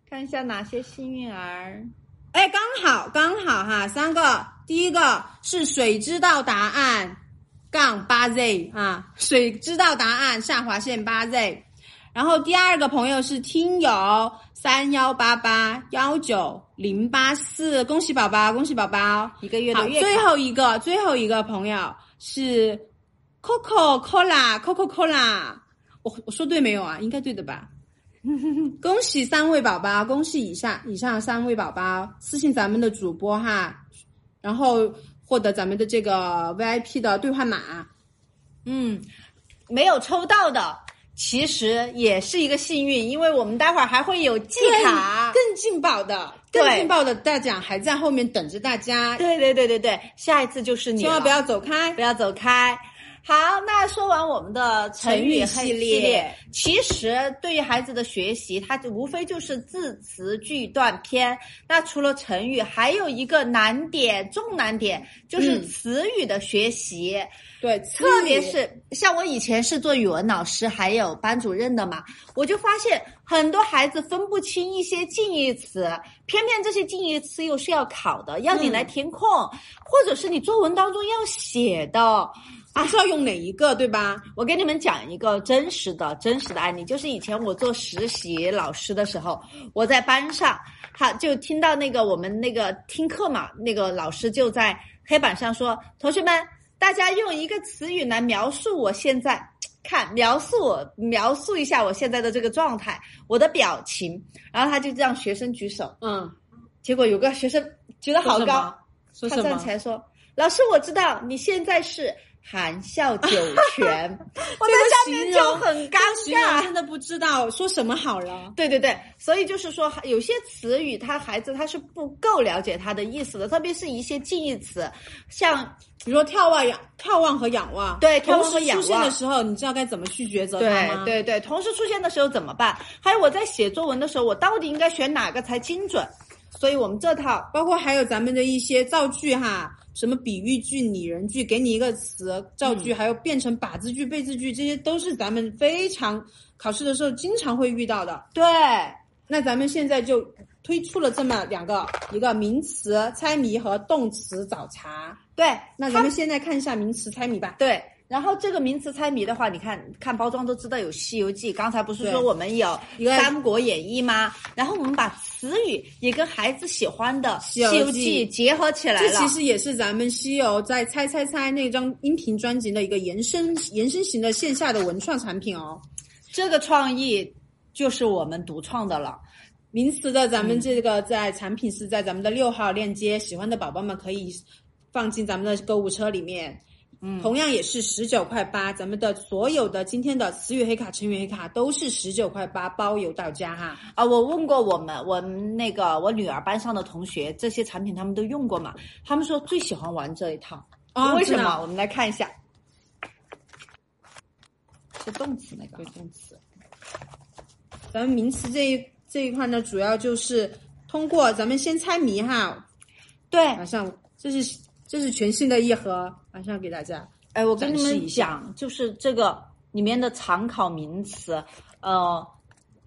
Speaker 2: 看一下哪些幸运儿。
Speaker 1: 哎，刚好刚好哈，三个，第一个是水知道答案杠八 Z 啊，水知道答案下划线八 Z，然后第二个朋友是听友三幺八八幺九零八四，恭喜宝宝，恭喜宝宝，
Speaker 2: 一个月
Speaker 1: 好，
Speaker 2: 的月卡
Speaker 1: 最后一个，最后一个朋友是 Coco Cola，Coco Cola，我我说对没有啊？应该对的吧？ 恭喜三位宝宝，恭喜以上以上三位宝宝，私信咱们的主播哈，然后获得咱们的这个 VIP 的兑换码。
Speaker 2: 嗯，没有抽到的，其实也是一个幸运，因为我们待会儿还会有季卡。
Speaker 1: 更劲爆的，
Speaker 2: 对
Speaker 1: 更劲爆的大奖还在后面等着大家，
Speaker 2: 对对对对对，下一次就是你
Speaker 1: 千万
Speaker 2: 了，
Speaker 1: 不要走开
Speaker 2: 不。要走开。好，那说完我们的成
Speaker 1: 成语
Speaker 2: 语系
Speaker 1: 系列
Speaker 2: 列，其实对于孩子的学习，它就无非就是字词句断篇。那除了成语，还有一个难点，重难点就是
Speaker 1: 嗯
Speaker 2: 词语的学习。
Speaker 1: 对，
Speaker 2: 特别是像我以前是做语文老师还有班主任的嘛，我就发现很多孩子分不清一些近义词，偏偏这些近义词又是要考的，要你来填空，或者是你作文当中要写的。
Speaker 1: 不知道用哪一个，对吧？
Speaker 2: 我给你们讲一个真实的真实的案例，就是以前我做实习老师的时候，我在班上，他就听到那个我们那个听课嘛，那个老师就在黑板上说：“同学们，大家用一个词语来描述我现在看描述我描述一下我现在的这个状态，我的表情，然后他就让学生举手，
Speaker 1: 嗯，
Speaker 2: 结果有个学生举得好高，
Speaker 1: 说什
Speaker 2: 他
Speaker 1: 么，
Speaker 2: 站
Speaker 1: 说
Speaker 2: 起
Speaker 1: 什么？
Speaker 2: 来说：“老师，我知道你现在是含笑九泉。
Speaker 1: 我
Speaker 2: 我在下面就很尴尬。
Speaker 1: 真的不知道说什么好了。
Speaker 2: 对对对，所以就是说，有些词语他孩子他是不够了解它的意思的，特别是一些近义词，像
Speaker 1: 你说眺望、仰眺望和仰望，
Speaker 2: 对眺
Speaker 1: 同
Speaker 2: 望和
Speaker 1: 时
Speaker 2: 仰
Speaker 1: 出
Speaker 2: 望
Speaker 1: 现的时候，你知道该怎么去抉择它
Speaker 2: 对
Speaker 1: 吗？
Speaker 2: 对对，同时出现的时候怎么办？还有我在写作文的时候，我到底应该选哪个才精准？所以我们这套
Speaker 1: 包括还有咱们的一些造句哈，什么比喻句、拟人句，给你一个词造句，
Speaker 2: 嗯
Speaker 1: 还有变成把字句、被字句，这些都是咱们非常考试的时候经常会遇到的。
Speaker 2: 对
Speaker 1: 那咱们现在就推出了这么两个，一个名词猜谜和动词找茬。
Speaker 2: 对，
Speaker 1: 那
Speaker 2: 他
Speaker 1: 咱们现在看一下名词猜谜吧。
Speaker 2: 对，然后这个名词猜谜的话，你看看包装都知道有《西游记》，刚才不是
Speaker 1: 对
Speaker 2: 说我们有
Speaker 1: 一个
Speaker 2: 《三国演义》吗？然后我们把词语也跟孩子喜欢的《西
Speaker 1: 游
Speaker 2: 游
Speaker 1: 记
Speaker 2: 记》结合起来
Speaker 1: 这
Speaker 2: 了。
Speaker 1: 其实也是咱们西游在《猜猜猜》那张音频专辑的一个延伸延伸型的线下的文创产品哦。
Speaker 2: 这个创意就是我们独创的了。
Speaker 1: 名词的，咱
Speaker 2: 嗯
Speaker 1: 们这个在产品是在咱们的六号链接，喜欢的宝宝们可以放进咱们的购物车里面。
Speaker 2: 嗯
Speaker 1: 同样也是十九块八，咱们的所有的今天的词语黑卡、成语黑卡都是十九块八包邮到家哈。
Speaker 2: 啊，我问过我们我们那个我女儿班上的同学，这些产品他们都用过嘛？他们说最喜欢玩这一套。
Speaker 1: 啊
Speaker 2: 哦为什
Speaker 1: 真的啊
Speaker 2: 么？我们来看一下，是动词那个
Speaker 1: 对
Speaker 2: 啊
Speaker 1: 动词。咱们名词这一这一块呢，主要就是通过咱们先猜谜哈，
Speaker 2: 对，
Speaker 1: 马上这是这是全新的一盒，马上给大家。
Speaker 2: 哎，我跟你
Speaker 1: 展示
Speaker 2: 们
Speaker 1: 一下
Speaker 2: 讲，就是这个里面的常考名词，呃，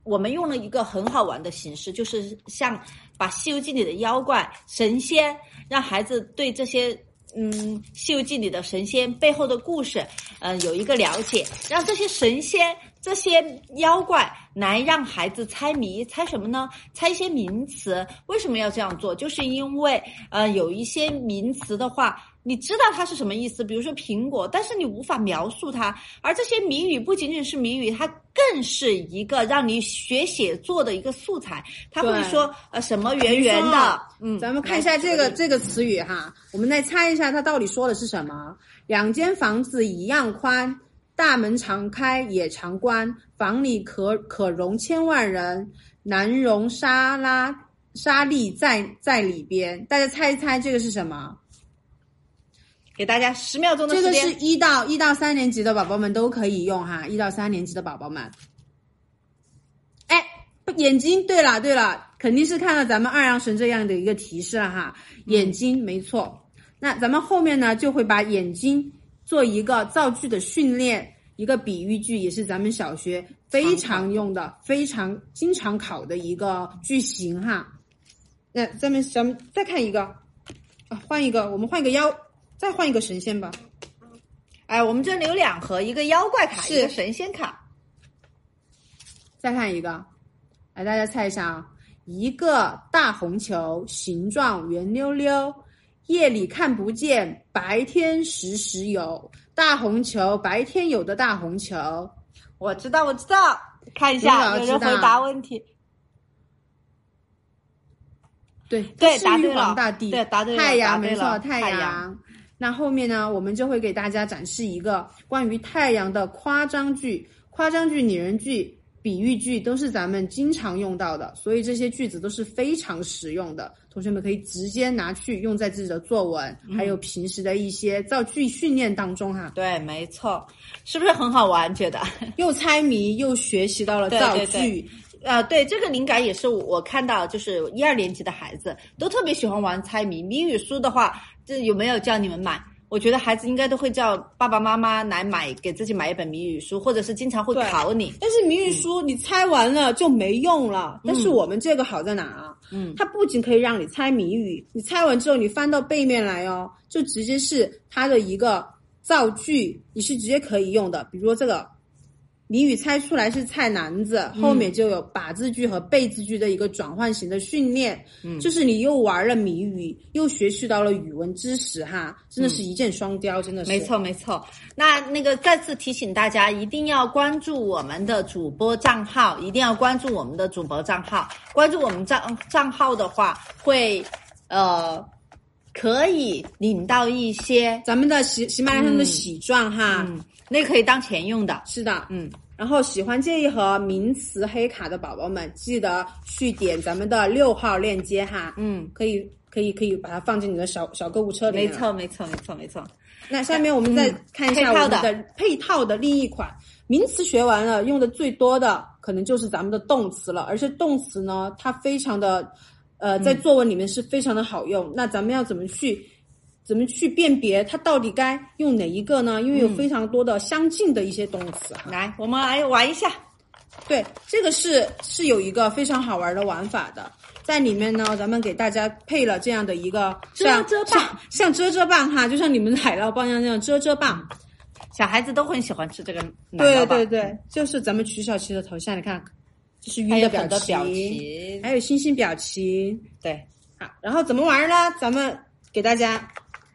Speaker 2: 我们用了一个很好玩的形式，就是像把《西游记》里的妖怪、神仙，让孩子对这些嗯《西游记》里的神仙背后的故事，嗯、有一个了解，让这些神仙、这些妖怪来让孩子猜谜，猜什么呢？猜一些名词。为什么要这样做？就是因为呃，有一些名词的话，你知道它是什么意思，比如说苹果，但是你无法描述它。而这些谜语不仅仅是谜语，它更是一个让你学写作的一个素材。他会
Speaker 1: 对
Speaker 2: 说呃什么圆圆
Speaker 1: 没
Speaker 2: 的
Speaker 1: 错，
Speaker 2: 嗯，
Speaker 1: 咱们看一下这
Speaker 2: 来
Speaker 1: 个
Speaker 2: 举例
Speaker 1: 这个词语哈，我们来猜一下它到底说的是什么。两间房子一样宽，大门常开也常关，房里可可容千万人，难容沙拉沙粒在在里边。大家猜一猜这个是什么？
Speaker 2: 给大家十秒钟的
Speaker 1: 这
Speaker 2: 时
Speaker 1: 个
Speaker 2: 间。
Speaker 1: 是一到一到三年级的宝宝们都可以用哈，一到三年级的宝宝们。哎，眼睛，对了对了，肯定是看到咱们二阳神这样的一个提示了哈，
Speaker 2: 嗯
Speaker 1: 眼睛没错。那咱们后面呢就会把眼睛做一个造句的训练，一个比喻句，也是咱们小学非常用的、非常经常考的一个句型哈。那咱们咱们再看一个，啊，换一个，我们换一个妖，再换一个神仙吧。
Speaker 2: 哎，我们这里有两盒，一个妖怪卡，
Speaker 1: 是
Speaker 2: 一个神仙卡。
Speaker 1: 再看一个，来大家猜一下啊，一个大红球，形状圆溜溜，夜里看不见，白天时时有。大红球，白天有的大红球，
Speaker 2: 我知道，我知道，看一
Speaker 1: 领
Speaker 2: 下
Speaker 1: 导
Speaker 2: 有人
Speaker 1: 知道
Speaker 2: 回答问题。
Speaker 1: 对
Speaker 2: 对
Speaker 1: 它
Speaker 2: 答
Speaker 1: 是玉
Speaker 2: 对了
Speaker 1: 皇大帝，
Speaker 2: 对答对了
Speaker 1: 太阳
Speaker 2: 答对
Speaker 1: 没错，
Speaker 2: 了
Speaker 1: 太
Speaker 2: 太阳
Speaker 1: 阳。那后面呢，我们就会给大家展示一个关于太阳的夸张句、夸张句、拟人句、比喻句，都是咱们经常用到的，所以这些句子都是非常实用的。同学们可以直接拿去用在自己的作文，
Speaker 2: 嗯
Speaker 1: 还有平时的一些造句训练当中哈。
Speaker 2: 对，没错，是不是很好玩？觉得？
Speaker 1: 又猜谜，又学习到了
Speaker 2: 对
Speaker 1: 造
Speaker 2: 对
Speaker 1: 句。
Speaker 2: 对呃，对，这个灵感也是我看到，就是一二年级的孩子都特别喜欢玩猜谜。谜语书的话，这有没有叫你们买？我觉得孩子应该都会叫爸爸妈妈来买，给自己买一本谜语书，或者是经常会
Speaker 1: 对
Speaker 2: 考你。
Speaker 1: 但是谜
Speaker 2: 嗯
Speaker 1: 语书你猜完了就没用了，但是我们这个好在哪啊？
Speaker 2: 嗯，
Speaker 1: 它不仅可以让你猜谜语，你猜完之后你翻到背面来哦，就直接是它的一个造句，你是直接可以用的。比如说这个，俚语猜出来是菜篮子，
Speaker 2: 嗯
Speaker 1: 后面就有把字句和被字句的一个转换型的训练，
Speaker 2: 嗯
Speaker 1: 就是你又玩了谜语，又学习到了语文知识哈，真的是一箭双雕，真的是
Speaker 2: 嗯没。错，没错。那那个再次提醒大家，一定要关注我们的主播账号，一定要关注我们的主播账号。关注我们账账号的话，会呃可以领到一些，
Speaker 1: 咱们的喜喜马拉雅上的喜状哈，
Speaker 2: 嗯，那可以当钱用的，
Speaker 1: 是的，
Speaker 2: 嗯。
Speaker 1: 然后喜欢建议和名词黑卡的宝宝们，记得去点咱们的六号链接哈，
Speaker 2: 嗯，
Speaker 1: 可以可以可以把它放进你的小小购物车里
Speaker 2: 没
Speaker 1: 面。。
Speaker 2: 错，没错，没错，没错。
Speaker 1: 那下面我们再看一下
Speaker 2: 配套
Speaker 1: 我们
Speaker 2: 的
Speaker 1: 的配套的另一款名词学完了，用的最多的可能就是咱们的动词了，而且动词呢，它非常的，呃，
Speaker 2: 嗯
Speaker 1: 在作文里面是非常的好用。那咱们要怎么去？怎么去辨别它到底该用哪一个呢？因为
Speaker 2: 嗯
Speaker 1: 有非常多的相近的一些动词哈。
Speaker 2: 来，我们来玩一下。
Speaker 1: 对，这个是是有一个非常好玩的玩法的，在里面呢，咱们给大家配了这样的一个
Speaker 2: 遮
Speaker 1: 像
Speaker 2: 遮棒
Speaker 1: 像像遮遮棒哈，就像你们的海捞棒一样那样遮遮棒。
Speaker 2: 小孩子都很喜欢吃这个奶酪
Speaker 1: 对
Speaker 2: 棒
Speaker 1: 对对，就是咱们曲小琪的头像，你看，这是
Speaker 2: 还
Speaker 1: 鱼
Speaker 2: 有
Speaker 1: 的
Speaker 2: 很
Speaker 1: 表
Speaker 2: 多表
Speaker 1: 情，
Speaker 2: 情，
Speaker 1: 还有星星表情。
Speaker 2: 对，
Speaker 1: 好，然后怎么玩呢？咱们给大家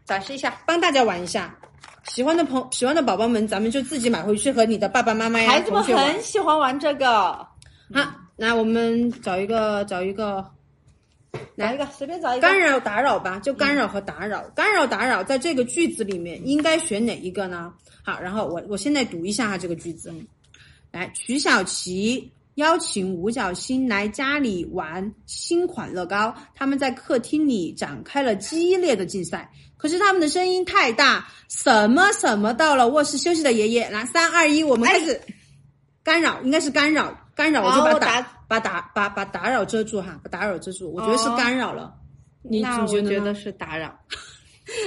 Speaker 2: 展示一下。
Speaker 1: 帮大家玩一下。喜欢的朋喜欢的宝宝们，咱们就自己买回去和你的爸爸妈哎妈呀、
Speaker 2: 孩子们
Speaker 1: 同学玩
Speaker 2: 很喜欢玩这个，
Speaker 1: 好。那我们找一个找一个嗯
Speaker 2: 来一个，随便找一个。嗯
Speaker 1: 干扰打扰吧，就干扰和打扰，干扰打扰在这个句子里面应该选哪一个呢？好，然后我我现在读一下哈这个句子，来，曲小琪邀请五角星来家里玩新款乐高，他们在客厅里展开了激烈的竞赛，可是他们的声音太大，什么什么到了卧室休息的爷爷，来三二一，我们开始干扰，应该是干扰，干扰我就把
Speaker 2: 好
Speaker 1: 打
Speaker 2: 哎哦打
Speaker 1: 把打把把打扰遮住哈，把打扰遮住，我觉得是
Speaker 2: 哦
Speaker 1: 干扰了。你
Speaker 2: 那
Speaker 1: 你
Speaker 2: 我
Speaker 1: 觉
Speaker 2: 觉
Speaker 1: 得呢
Speaker 2: 得？是打扰。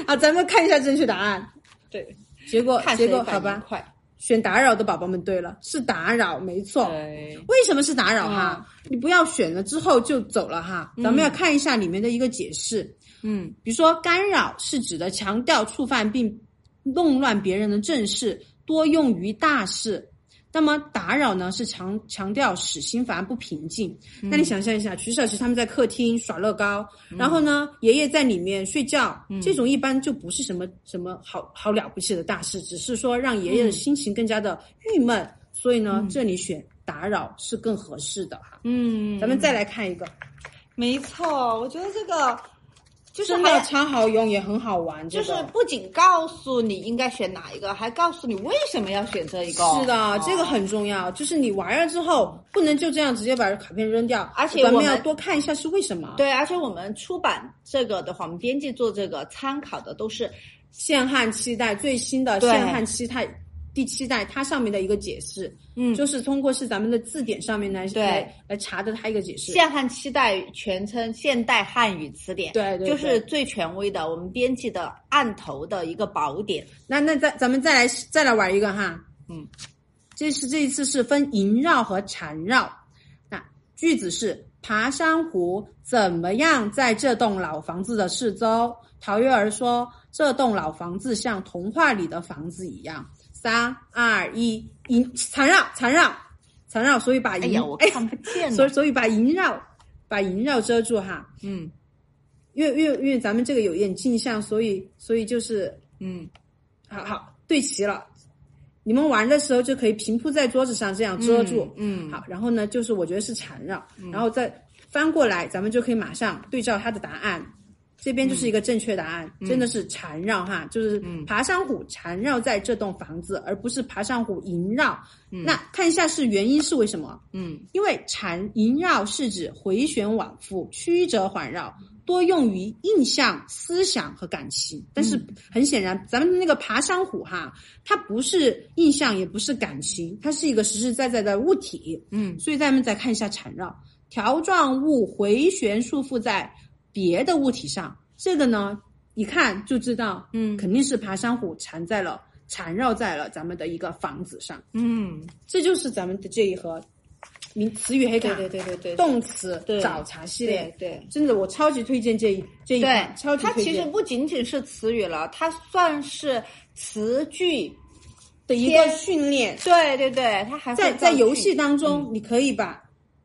Speaker 1: 啊，咱们看一下正确答案。
Speaker 2: 对，
Speaker 1: 结果
Speaker 2: 看
Speaker 1: 哦结
Speaker 2: 谁
Speaker 1: 果
Speaker 2: 反
Speaker 1: 好
Speaker 2: 应
Speaker 1: 吧，
Speaker 2: 快。
Speaker 1: 选打扰的宝宝们对了，是打扰，没错。
Speaker 2: 对，
Speaker 1: 为什么是打扰哈？你不要选了之后就走了哈，咱们要看一下里面的一个解释。
Speaker 2: 嗯，
Speaker 1: 比如说，干扰是指的强调触犯并弄乱别人的正事，多用于大事。那么打扰呢，是强强调使心烦不平静。
Speaker 2: 嗯
Speaker 1: 那你想象一下，曲小琪他们在客厅耍乐高，然后呢，爷爷在里面睡觉，
Speaker 2: 嗯
Speaker 1: 这种一般就不是什么什么好好了不起的大事，只是说让爷爷的心情更加的郁闷。
Speaker 2: 嗯
Speaker 1: 所以呢，这里选打扰是更合适的哈。
Speaker 2: 嗯，
Speaker 1: 咱们再来看一个，
Speaker 2: 没错，我觉得这个就是
Speaker 1: 真的
Speaker 2: 还
Speaker 1: 超好用，也很好玩。
Speaker 2: 就
Speaker 1: 这
Speaker 2: 是
Speaker 1: 个
Speaker 2: 不仅告诉你应该选哪一个，还告诉你为什么要选这一个。
Speaker 1: 是的，哦这个很重要，就是你玩了之后，不能就这样直接把卡片扔掉，
Speaker 2: 而且
Speaker 1: 咱
Speaker 2: 我
Speaker 1: 们
Speaker 2: 们
Speaker 1: 要多看一下是为什么。，
Speaker 2: 对，而且我们出版这个的话，我们编辑做这个参考的都是
Speaker 1: 限汉期待最新的
Speaker 2: 对
Speaker 1: 限汉期待第七代，它上面的一个解释，
Speaker 2: 嗯
Speaker 1: 就是通过是咱们的字典上面来
Speaker 2: 对
Speaker 1: 来来查的它一个解释。
Speaker 2: 现汉七代全称现代汉语词典，
Speaker 1: 对对对
Speaker 2: 就是最权威的，我们编辑的案头的一个宝典。
Speaker 1: 那那再咱们再来再来玩一个哈，
Speaker 2: 嗯，
Speaker 1: 这是这一次是分萦绕和缠绕。那句子是：爬山虎怎么样在这栋老房子的四周？陶月儿说：这栋老房子像童话里的房子一样。三二一，萦缠绕缠绕缠绕，所以把
Speaker 2: 哎
Speaker 1: 萦哎
Speaker 2: 呀，我看不见
Speaker 1: 所
Speaker 2: 了。
Speaker 1: 以所以把萦绕把萦绕遮住哈，
Speaker 2: 嗯
Speaker 1: 因为因为因为咱们这个有一点镜像，所以所以就是
Speaker 2: 嗯，
Speaker 1: 好好，对齐了。你们玩的时候就可以平铺在桌子上，这样遮住。
Speaker 2: 嗯嗯
Speaker 1: 好，然后呢，就是我觉得是缠绕，然后再翻过来，咱们就可以马上对照它的答案。这边就是一个正确答案，真的是缠绕哈，就是爬山虎缠绕在这栋房子，而不是爬山虎萦绕。那看一下是原因是为什么？
Speaker 2: 嗯，
Speaker 1: 因为缠萦绕是指回旋往复、曲折环绕，多用于印象、思想和感情。但是很显然，咱们那个爬山虎哈，它不是印象，也不是感情，它是一个实实在在的物体。
Speaker 2: 嗯，
Speaker 1: 所以咱们再看一下缠绕，条状物回旋束缚在别的物体上，这个呢，一看就知道，
Speaker 2: 嗯
Speaker 1: 肯定是爬山虎缠在了、缠绕在了咱们的一个房子上。
Speaker 2: 嗯，
Speaker 1: 这就是咱们的这一盒名词语黑卡，
Speaker 2: 对对对对嗯对，
Speaker 1: 动词
Speaker 2: 对
Speaker 1: 早茶系
Speaker 2: 对
Speaker 1: 列，
Speaker 2: 对。
Speaker 1: 真的我超级推荐这一这一
Speaker 2: 对
Speaker 1: 款，，超级
Speaker 2: 它
Speaker 1: 推
Speaker 2: 其实
Speaker 1: 荐。
Speaker 2: 不仅仅是词语了，它算是词句
Speaker 1: 的一个训练。
Speaker 2: 对对对，他还会嗯
Speaker 1: 在在
Speaker 2: 造
Speaker 1: 游
Speaker 2: 句
Speaker 1: 戏当中，你可以把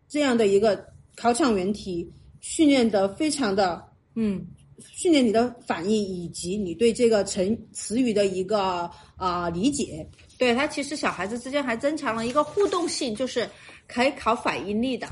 Speaker 1: 这样的一个考场原题训练的非常的
Speaker 2: 嗯。
Speaker 1: 训练你的反应，以及你对这个成词语的一个啊、理解。
Speaker 2: 对他，它其实小孩子之间还增强了一个互动性，就是可以考反应力的。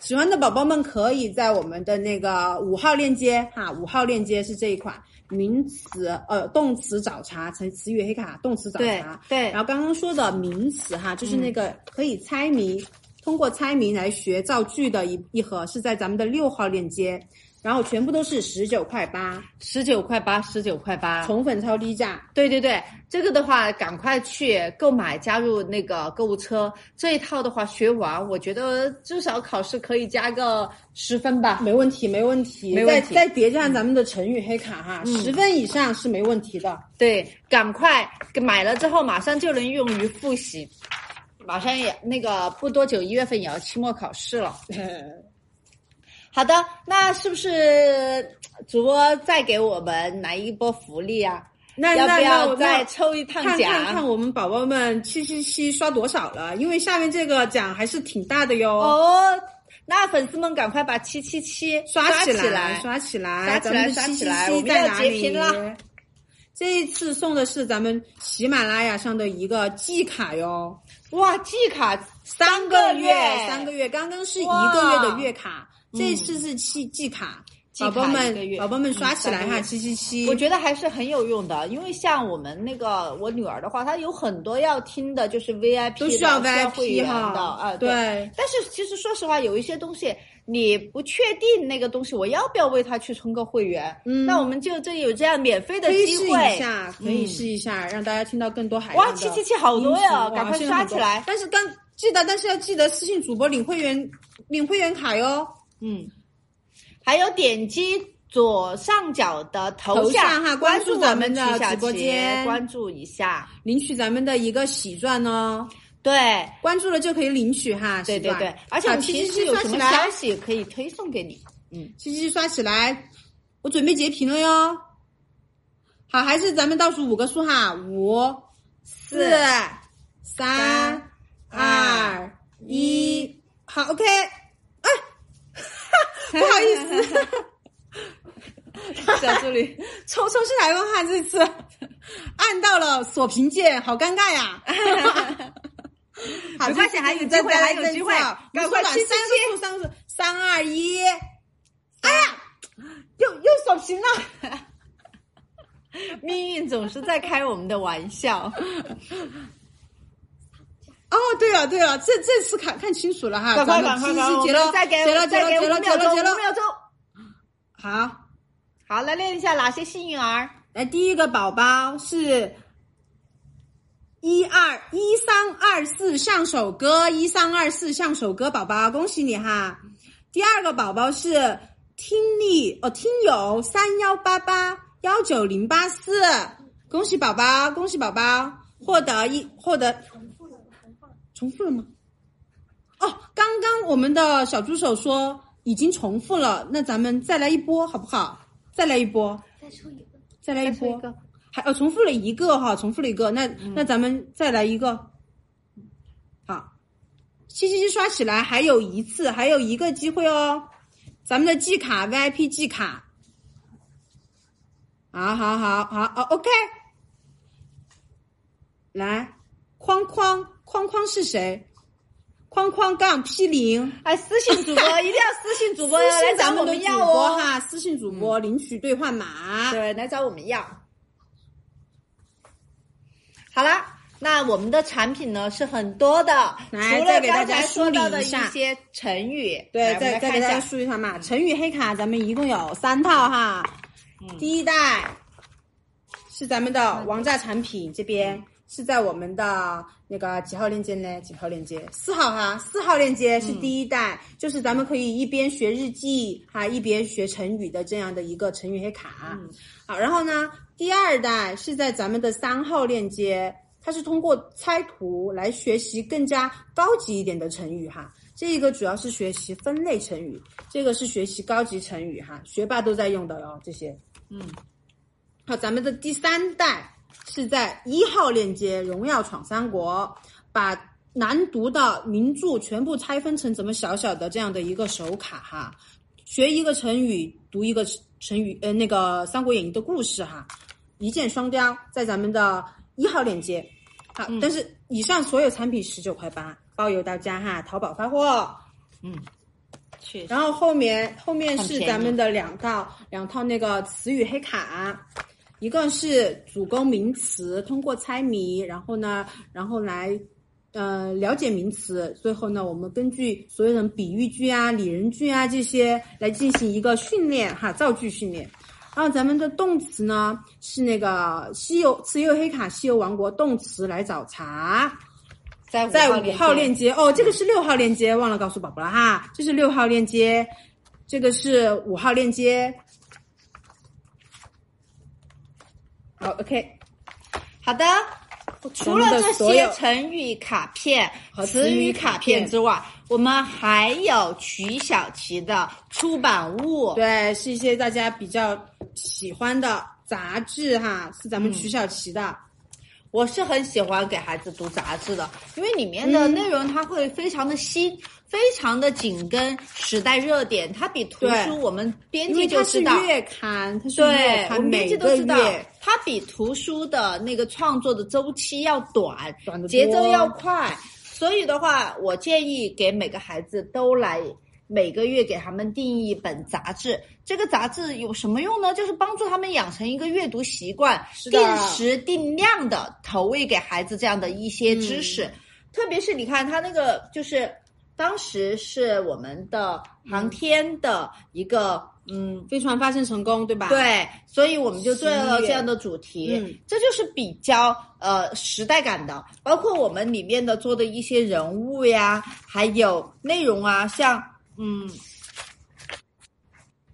Speaker 1: 喜欢的宝宝们可以在我们的那个五号链接哈，五号链接是这一款名词呃动词找茬成词语黑卡动词找
Speaker 2: 对
Speaker 1: 茬。
Speaker 2: 对嗯
Speaker 1: 然后刚刚说的名词哈，就是那个可以猜谜，通过猜谜来学造句的一一盒是在咱们的六号链接，然后全部都是十九块八，
Speaker 2: 十九块八，十九块八。
Speaker 1: 宠粉超低价。
Speaker 2: 对对对，这个的话，赶快去购买，加入那个购物车。这一套的话，学完，我觉得至少考试可以加个十分吧。
Speaker 1: 没问题，没问题，
Speaker 2: 没问题嗯
Speaker 1: 再再叠加上咱们的成语黑卡哈，十、分以上是没问题 的。
Speaker 2: 对，赶快买了之后，马上就能用于复习。马上也那个不多久，一月份也要期末考试了。好的，那是不是主播再给我们来一波福利啊？
Speaker 1: 那
Speaker 2: 要
Speaker 1: 那那
Speaker 2: 不要
Speaker 1: 我
Speaker 2: 再
Speaker 1: 那
Speaker 2: 抽一趟
Speaker 1: 看
Speaker 2: 奖？
Speaker 1: 看看我们宝宝们七七七刷多少了，因为下面这个奖还是挺大的哟。
Speaker 2: 哦，那粉丝们赶快把七七七
Speaker 1: 刷
Speaker 2: 起
Speaker 1: 来，刷
Speaker 2: 刷
Speaker 1: 起
Speaker 2: 刷
Speaker 1: 来，
Speaker 2: 起
Speaker 1: 咱
Speaker 2: 来
Speaker 1: 们的
Speaker 2: 刷
Speaker 1: 七
Speaker 2: 起
Speaker 1: 七
Speaker 2: 来我
Speaker 1: 七
Speaker 2: 们
Speaker 1: 在
Speaker 2: 要
Speaker 1: 哪
Speaker 2: 截
Speaker 1: 里？
Speaker 2: 屏了
Speaker 1: 这一次送的是咱们喜马拉雅上的一个季卡哟，
Speaker 2: 哇，季卡
Speaker 1: 三
Speaker 2: 个月
Speaker 1: 三个月，刚刚是一
Speaker 2: 哇嗯
Speaker 1: 个月的月卡，这次是季季卡，
Speaker 2: 季卡
Speaker 1: 宝宝
Speaker 2: 一个
Speaker 1: 们
Speaker 2: 月
Speaker 1: 宝宝们
Speaker 2: 嗯
Speaker 1: 刷起
Speaker 2: 三
Speaker 1: 来
Speaker 2: 个
Speaker 1: 哈，
Speaker 2: 月
Speaker 1: 七七七，
Speaker 2: 我觉得还是很有用的，因为像我们那个我女儿的话，她有很多要听的，就是 VIP 的
Speaker 1: 都需要
Speaker 2: 会员
Speaker 1: VIP
Speaker 2: 的
Speaker 1: 哈，
Speaker 2: 啊，对。
Speaker 1: 对。
Speaker 2: 但是其实说实话，有一些东西你不确定那个东西我要不要为他去充个会员，
Speaker 1: 嗯
Speaker 2: 那我们就这有这样免费的
Speaker 1: 可以
Speaker 2: 机
Speaker 1: 试
Speaker 2: 会嗯
Speaker 1: 一，下，可以试一下，让大家听到更多海量
Speaker 2: 哇，
Speaker 1: 的
Speaker 2: 七七七好多
Speaker 1: 音频
Speaker 2: 呀，
Speaker 1: 哇
Speaker 2: 赶快
Speaker 1: 现在
Speaker 2: 刷
Speaker 1: 很多
Speaker 2: 起来，
Speaker 1: 但是刚记得，但是要记得私信主播领会员领会员卡哟。
Speaker 2: 嗯，还有点击左上角的头
Speaker 1: 头
Speaker 2: 像
Speaker 1: 像哈
Speaker 2: 关
Speaker 1: 关注
Speaker 2: 我
Speaker 1: 咱
Speaker 2: 们
Speaker 1: 们的
Speaker 2: 曲小
Speaker 1: 直播
Speaker 2: 杰
Speaker 1: 间
Speaker 2: 关注一下。
Speaker 1: 领取咱们的一个喜钻哦，
Speaker 2: 对
Speaker 1: 关注了就可以领取哈。
Speaker 2: 对对
Speaker 1: 喜
Speaker 2: 对
Speaker 1: 钻，
Speaker 2: 而且我
Speaker 1: 啊
Speaker 2: 们
Speaker 1: 七
Speaker 2: 其
Speaker 1: 七
Speaker 2: 实
Speaker 1: 七
Speaker 2: 有
Speaker 1: 刷
Speaker 2: 什
Speaker 1: 起
Speaker 2: 么消
Speaker 1: 来，
Speaker 2: 息可以推送给你。 嗯，
Speaker 1: 七七七刷起来，我准备截屏了哟。好，还是咱们倒数五个数哈，五、四、三、二、一，好，OK。哎， 不好意思，
Speaker 2: 小助理，
Speaker 1: 抽抽是来问哈，这次按到了锁屏键，好尴尬 呀！好，
Speaker 2: 没关系还有机会
Speaker 1: 再再来
Speaker 2: 还有
Speaker 1: 再
Speaker 2: 机会
Speaker 1: 造
Speaker 2: 赶
Speaker 1: 我们
Speaker 2: 快
Speaker 1: 说
Speaker 2: 七
Speaker 1: 吧
Speaker 2: 七
Speaker 1: 三个数，三个数，三二一，哎呀，又又锁屏了。
Speaker 2: 命运总是在开我们的玩
Speaker 1: 啊
Speaker 2: 笑。
Speaker 1: 哦，对了对了，这这次看看清楚了哈，
Speaker 2: 赶快
Speaker 1: 咱
Speaker 2: 赶
Speaker 1: 们
Speaker 2: 快
Speaker 1: 七
Speaker 2: 赶
Speaker 1: 七
Speaker 2: 快，我
Speaker 1: 结
Speaker 2: 们
Speaker 1: 了，
Speaker 2: 再给
Speaker 1: 结了结
Speaker 2: 再
Speaker 1: 了
Speaker 2: 给
Speaker 1: 结
Speaker 2: 五
Speaker 1: 了结
Speaker 2: 秒
Speaker 1: 了
Speaker 2: 钟，
Speaker 1: 结
Speaker 2: 五
Speaker 1: 了，
Speaker 2: 秒钟。
Speaker 1: 好。
Speaker 2: 好，来练一下哪些幸运儿。
Speaker 1: 来，第一个宝宝是一二一三二四像首歌，一三二四像首歌，宝宝恭喜你哈！第二个宝宝是听力哦，听友三幺八八幺九零八四，恭喜宝宝，恭喜宝宝获得一获得重复了吗？哦，刚刚我们的小助手说已经重复了，那咱们再来一波好不好？再来一波，再抽一个，再来一波，
Speaker 2: 个
Speaker 1: 还哦重复了一个哈，重复了一个，那、
Speaker 2: 嗯
Speaker 1: 那咱们再来一个，好，七七七刷起来，还有一次，还有一个机会哦，咱们的季卡 VIP 季卡，好好好好哦，OK，来，框框框框是谁？框框杠 P 零，
Speaker 2: 哎，私信主播 一定要私信主播，
Speaker 1: 私
Speaker 2: 来
Speaker 1: 信
Speaker 2: 找
Speaker 1: 咱
Speaker 2: 我
Speaker 1: 们的
Speaker 2: 们
Speaker 1: 主
Speaker 2: 要
Speaker 1: 播
Speaker 2: 哦。
Speaker 1: 哈，私信主播领取兑换码。
Speaker 2: 对，来找我们要。好啦，那我们的产品呢是很多的，除
Speaker 1: 来
Speaker 2: 了
Speaker 1: 再给大
Speaker 2: 刚
Speaker 1: 家
Speaker 2: 才说到的
Speaker 1: 梳理一下
Speaker 2: 些成语，
Speaker 1: 对，
Speaker 2: 来我们
Speaker 1: 再再
Speaker 2: 来看
Speaker 1: 给
Speaker 2: 一
Speaker 1: 大家
Speaker 2: 下。
Speaker 1: 梳理一下嘛，成语黑卡咱们一共有三套哈，
Speaker 2: 嗯
Speaker 1: 第一代是咱们的王炸产品这边。是在我们的那个几号链接呢？几号链接？四号哈，四号链接是第一代，就是咱们可以一边学日记哈，一边学成语的这样的一个成语黑卡。好，然后呢，第二代是在咱们的三号链接，它是通过猜图来学习更加高级一点的成语哈。这一个主要是学习分类成语，这个是学习高级成哦语哈，学霸都在用的哟这些。嗯，好，咱们的第三代是在一号链接《荣耀闯三国》，把难读的名著全部拆分成咱们小小的这样的一个手卡哈，学一个成语，读一个成语，呃，那个《三国演义》的故事哈，一箭双雕，在咱们的一号链接。好，
Speaker 2: 嗯
Speaker 1: 但是以上所有产品十九块八，包邮到家哈，淘宝发货。哦
Speaker 2: 嗯，确实，
Speaker 1: 然后后面后面
Speaker 2: 很
Speaker 1: 是
Speaker 2: 便宜
Speaker 1: 咱们的两套两套那个词语黑卡，一个是主攻名词，通过猜谜，然后呢，然后来呃了解名词，最后呢，我们根据所有人比喻句啊、拟人句啊这些来进行一个训练哈，造句训练。然后咱们的动词呢是那个西游持有黑卡西游王国动词来找茬，
Speaker 2: 在
Speaker 1: 在
Speaker 2: 五
Speaker 1: 五号
Speaker 2: 接
Speaker 1: 链接哦，这个是六号链接，忘了告诉宝宝了哈，这是六号链接，这个是五号链接。好，OK，哦
Speaker 2: 好的，除了这些成语卡片
Speaker 1: 和
Speaker 2: 词
Speaker 1: 词
Speaker 2: 语
Speaker 1: 语
Speaker 2: 卡
Speaker 1: 卡
Speaker 2: 片
Speaker 1: 片
Speaker 2: 之外，我们还有曲小琪的出版物。
Speaker 1: 对，是一些大家比较喜欢的杂志哈，是咱们曲小琪的。
Speaker 2: 我是很喜欢给孩子读杂志的，因为里面的内容它会非常的新，
Speaker 1: 嗯
Speaker 2: 非常的紧跟时代热点。它比图
Speaker 1: 对
Speaker 2: 书我们编
Speaker 1: 因
Speaker 2: 辑
Speaker 1: 为
Speaker 2: 就
Speaker 1: 它
Speaker 2: 知
Speaker 1: 是
Speaker 2: 道，
Speaker 1: 月刊，它是
Speaker 2: 对
Speaker 1: 月，
Speaker 2: 我
Speaker 1: 刊，
Speaker 2: 们编
Speaker 1: 每
Speaker 2: 辑都
Speaker 1: 个
Speaker 2: 知道
Speaker 1: 月，
Speaker 2: 它比图书的那个创作的周期要短，
Speaker 1: 短得多
Speaker 2: 节奏要快。所以的话，我建议给每个孩子都来每个月给他们定义一本杂志。这个杂志有什么用呢？就是帮助他们养成一个阅读习惯，
Speaker 1: 是的
Speaker 2: 定时定量的投喂给孩子这样的一些知识。
Speaker 1: 嗯
Speaker 2: 特别是你看他那个，就是当时是我们的
Speaker 1: 嗯
Speaker 2: 航天的一个嗯
Speaker 1: 飞船发射成功，对吧？，
Speaker 2: 对，所以我们就做了
Speaker 1: 十一
Speaker 2: 这样的主题，
Speaker 1: 嗯
Speaker 2: 这就是比较呃时代感的。包括我们里面的做的一些人物呀，还有内容啊，像嗯，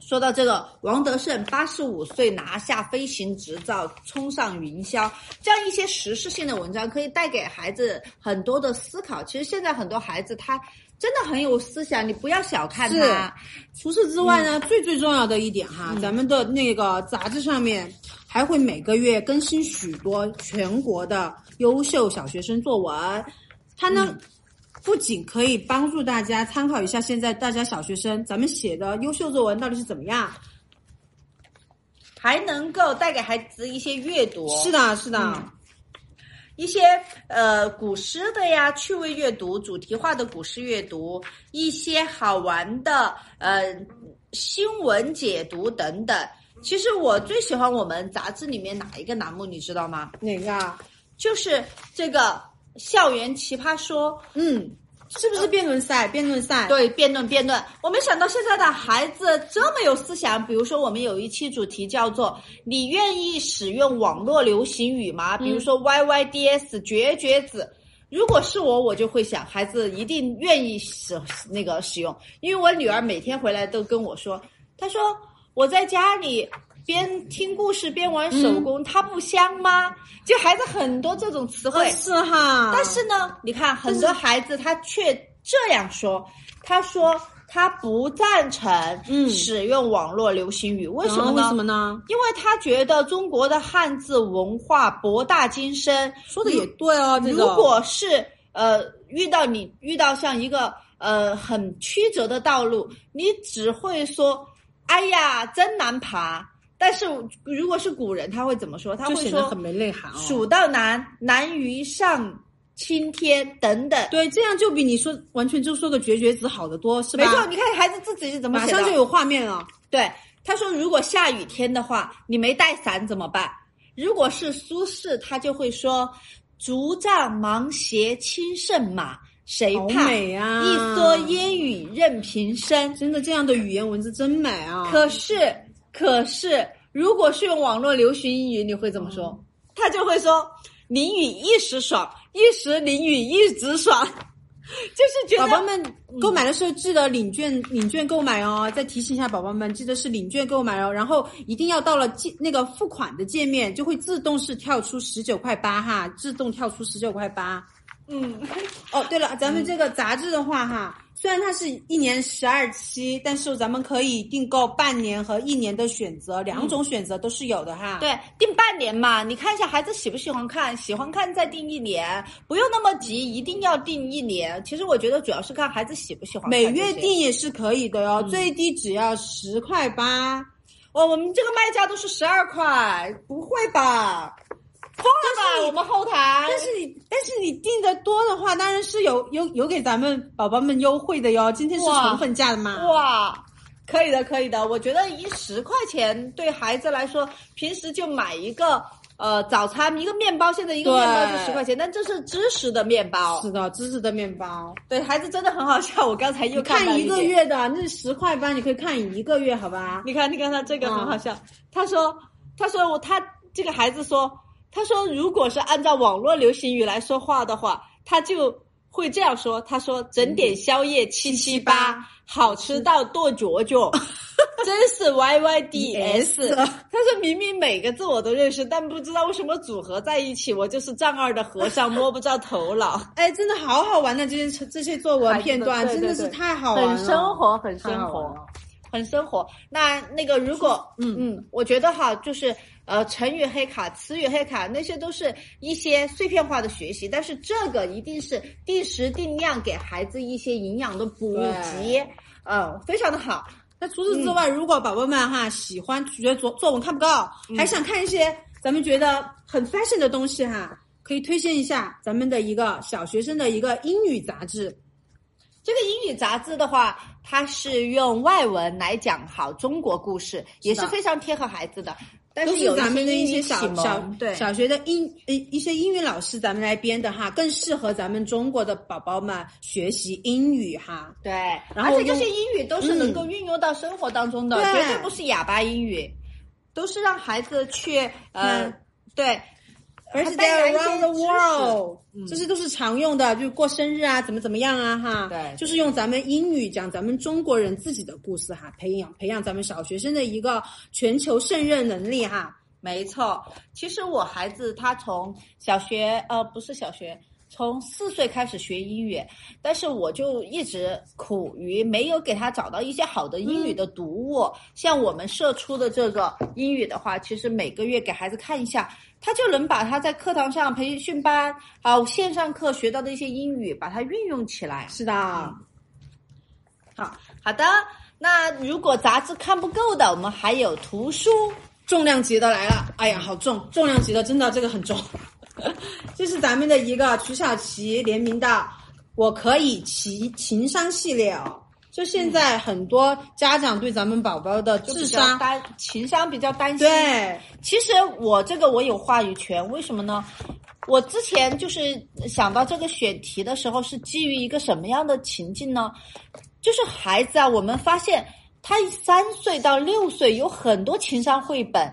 Speaker 2: 说到这个，王德胜八十五岁拿下飞行执照，冲上云霄，这样一些时事性的文章可以带给孩子很多的思考。其实现在很多孩子他真的很有思想，你不要小看
Speaker 1: 是
Speaker 2: 他。
Speaker 1: 除此之外
Speaker 2: 嗯
Speaker 1: 呢，最最重要的一点哈，咱们的那个杂志上面还会每个月更新许多全国的优秀小学生作文，它呢。
Speaker 2: 嗯
Speaker 1: 不仅可以帮助大家参考一下现在大家小学生咱们写的优秀作文到底是怎么样，
Speaker 2: 还能够带给孩子一些阅读，
Speaker 1: 是的，是的，
Speaker 2: 嗯一些呃古诗的呀，趣味阅读、主题化的古诗阅读，一些好玩的呃新闻解读等等。其实我最喜欢我们杂志里面哪一个栏目，你知道吗？
Speaker 1: 哪个啊？
Speaker 2: 就是这个校园奇葩说，
Speaker 1: 嗯，是不是辩论赛？辩论赛，
Speaker 2: 对，辩论辩论。我没想到现在的孩子这么有思想。比如说，我们有一期主题叫做“你愿意使用网络流行语吗？”
Speaker 1: 嗯
Speaker 2: 比如说 “yyds”、“绝绝子”。如果是我，我就会想，孩子一定愿意使那个使用，因为我女儿每天回来都跟我说，她说我在家里边听故事边玩手
Speaker 1: 嗯
Speaker 2: 工，它不香吗？就孩子很多这种词汇，
Speaker 1: 哦是哈。
Speaker 2: 但是呢，你看很多孩子他却这样说，他说他不赞成
Speaker 1: 嗯
Speaker 2: 使用网络流行语，为什么
Speaker 1: 嗯
Speaker 2: 呢？
Speaker 1: 为什么呢？
Speaker 2: 因为他觉得中国的汉字文化博大精深，
Speaker 1: 说的也对哦，这
Speaker 2: 嗯如
Speaker 1: 种
Speaker 2: 果是呃遇到你遇到像一个呃很曲折的道路，你只会说“哎呀，真难爬”。但是如果是古人，他会怎么说？他会
Speaker 1: 就
Speaker 2: 说
Speaker 1: 显得很没内涵哦。
Speaker 2: 蜀道难，难于上青天等等。
Speaker 1: 对，这样就比你说完全就说个绝绝子好得多，是吧？
Speaker 2: 没错，你看孩子自己是怎么
Speaker 1: 马
Speaker 2: 写的
Speaker 1: 上就有画面了。
Speaker 2: 对，他说如果下雨天的话，你没带伞怎么办？如果是苏轼，他就会说：“竹杖芒鞋轻胜马，谁
Speaker 1: 好
Speaker 2: 怕？
Speaker 1: 美啊
Speaker 2: 一蓑烟雨任平生。
Speaker 1: 真的，这样的语言文字真美啊！
Speaker 2: 可是，可是，如果是用网络流行语，你会怎么说？他就会说：“淋雨一时爽，一时淋雨一直爽。” 就是觉
Speaker 1: 宝
Speaker 2: 得
Speaker 1: 宝们购买的时候记得领券，领券购买哦。再提醒一下宝宝们，记得是领券购买哦。然后一定要到了界那个付款的界面，就会自动是跳出十九块八哈，自动跳出十九块八。
Speaker 2: 嗯，
Speaker 1: 哦，对了，咱们这个杂志的话哈，虽然它是一年十二期，但是咱们可以订购半年和一年的选择，两种选择都是有的哈。
Speaker 2: 对，定半年嘛，你看一下孩子喜不喜欢看，喜欢看再定一年，不用那么急，一定要定一年。其实我觉得主要是看孩子喜不喜欢看
Speaker 1: 每
Speaker 2: 这些。
Speaker 1: 月订也是可以的哟，
Speaker 2: 嗯
Speaker 1: 最低只要十块八。
Speaker 2: 哦，我们这个卖价都是十二块，不会吧？疯了吧？我们后台
Speaker 1: 但是你但是你订的多的话，当然是有有有给咱们宝宝们优惠的哟。今天是
Speaker 2: 哇
Speaker 1: 宠粉价的嘛？
Speaker 2: 哇，可以的，可以的。我觉得一十块钱对孩子来说，平时就买一个呃早餐一个面包，现在一个面包就
Speaker 1: 对
Speaker 2: 十块钱，但这是芝士的面包
Speaker 1: 是，的，芝士的面包，
Speaker 2: 对孩子真的很好笑。我刚才又看到
Speaker 1: 看一个
Speaker 2: 点。
Speaker 1: 月的，那十块八，你可以看一个月，好吧？
Speaker 2: 你看，你看他这个很好笑。他说，他说我他这个孩子说，他说如果是按照网络流行语来说话的话，他就会这样说。他说整点宵夜嗯七七八，好吃到剁脚 脚，真是 Y Y D S。他说明明每个字我都认识，但不知道为什么组合在一起，我就是丈二的和尚摸不着头脑。
Speaker 1: 哎，真的好好玩的这些这些作文片段，
Speaker 2: 孩子
Speaker 1: 真
Speaker 2: 的
Speaker 1: 的
Speaker 2: 对
Speaker 1: 是
Speaker 2: 对对
Speaker 1: 太好玩了，
Speaker 2: 很生活，很
Speaker 1: 太
Speaker 2: 生
Speaker 1: 好玩
Speaker 2: 活
Speaker 1: 了。。
Speaker 2: 很生活。那那个如果嗯嗯，我觉得哈，就是呃，成语黑卡、词语黑卡那些都是一些碎片化的学习，但是这个一定是定时定量给孩子一些营养的补给
Speaker 1: 对，
Speaker 2: 嗯，非常的好。
Speaker 1: 那除此之
Speaker 2: 嗯
Speaker 1: 外，如果宝宝们哈喜欢觉得作作文看不够，
Speaker 2: 嗯
Speaker 1: 还想看一些咱们觉得很 fashion 的东西哈，可以推荐一下咱们的一个小学生的一个英语杂志。
Speaker 2: 这个英语杂志的话，它是用外文来讲好中国故事，也是
Speaker 1: 是的
Speaker 2: 非常贴合孩子的。但
Speaker 1: 都
Speaker 2: 有
Speaker 1: 是咱们的
Speaker 2: 一
Speaker 1: 一
Speaker 2: 些英
Speaker 1: 些
Speaker 2: 语启
Speaker 1: 小
Speaker 2: 蒙
Speaker 1: 小
Speaker 2: 对
Speaker 1: 小学的英呃一些英语老师咱们来编的哈，更适合咱们中国的宝宝们学习英语哈。
Speaker 2: 对，
Speaker 1: 然
Speaker 2: 而
Speaker 1: 后
Speaker 2: 且这
Speaker 1: 用
Speaker 2: 些英语都是
Speaker 1: 嗯
Speaker 2: 能够运用到生活当中的，
Speaker 1: 对
Speaker 2: 绝对不是哑巴英语，都是让孩子去呃、
Speaker 1: 嗯
Speaker 2: 对。
Speaker 1: 而且
Speaker 2: 还带来一
Speaker 1: they
Speaker 2: 些
Speaker 1: around the
Speaker 2: 知识嗯
Speaker 1: world，、这些都是常用的，就是过生日啊，怎么怎么样啊，哈，
Speaker 2: 对
Speaker 1: 就是用咱们英语讲咱们中国人自己的故事哈，培养培养咱们小学生的一个全球胜任能力哈。
Speaker 2: 没错，其实我孩子他从小学呃不是小学，从四岁开始学英语，但是我就一直苦于没有给他找到一些好的英语的读物。像我们社出的这个英语的话，其实每个月给孩子看一下，他就能把他在课堂上培训班啊、线上课学到的一些英语，把它运用起来。
Speaker 1: 是的，
Speaker 2: 嗯好好的，那如果杂志看不够的，我们还有图书。
Speaker 1: 重量级的来了，哎呀，好重，重量级的真的这个很重。 这是咱们的一个曲小琪联名的“我可以骑情商”系列哦。就现在很多家长对咱们宝宝的
Speaker 2: 就
Speaker 1: 智
Speaker 2: 比较
Speaker 1: 商，
Speaker 2: 担情商比较担心，
Speaker 1: 对，
Speaker 2: 其实我这个我有话语权，为什么呢？我之前就是想到这个选题的时候，是基于一个什么样的情境呢？就是孩子啊，我们发现他三岁到六岁有很多情商绘本，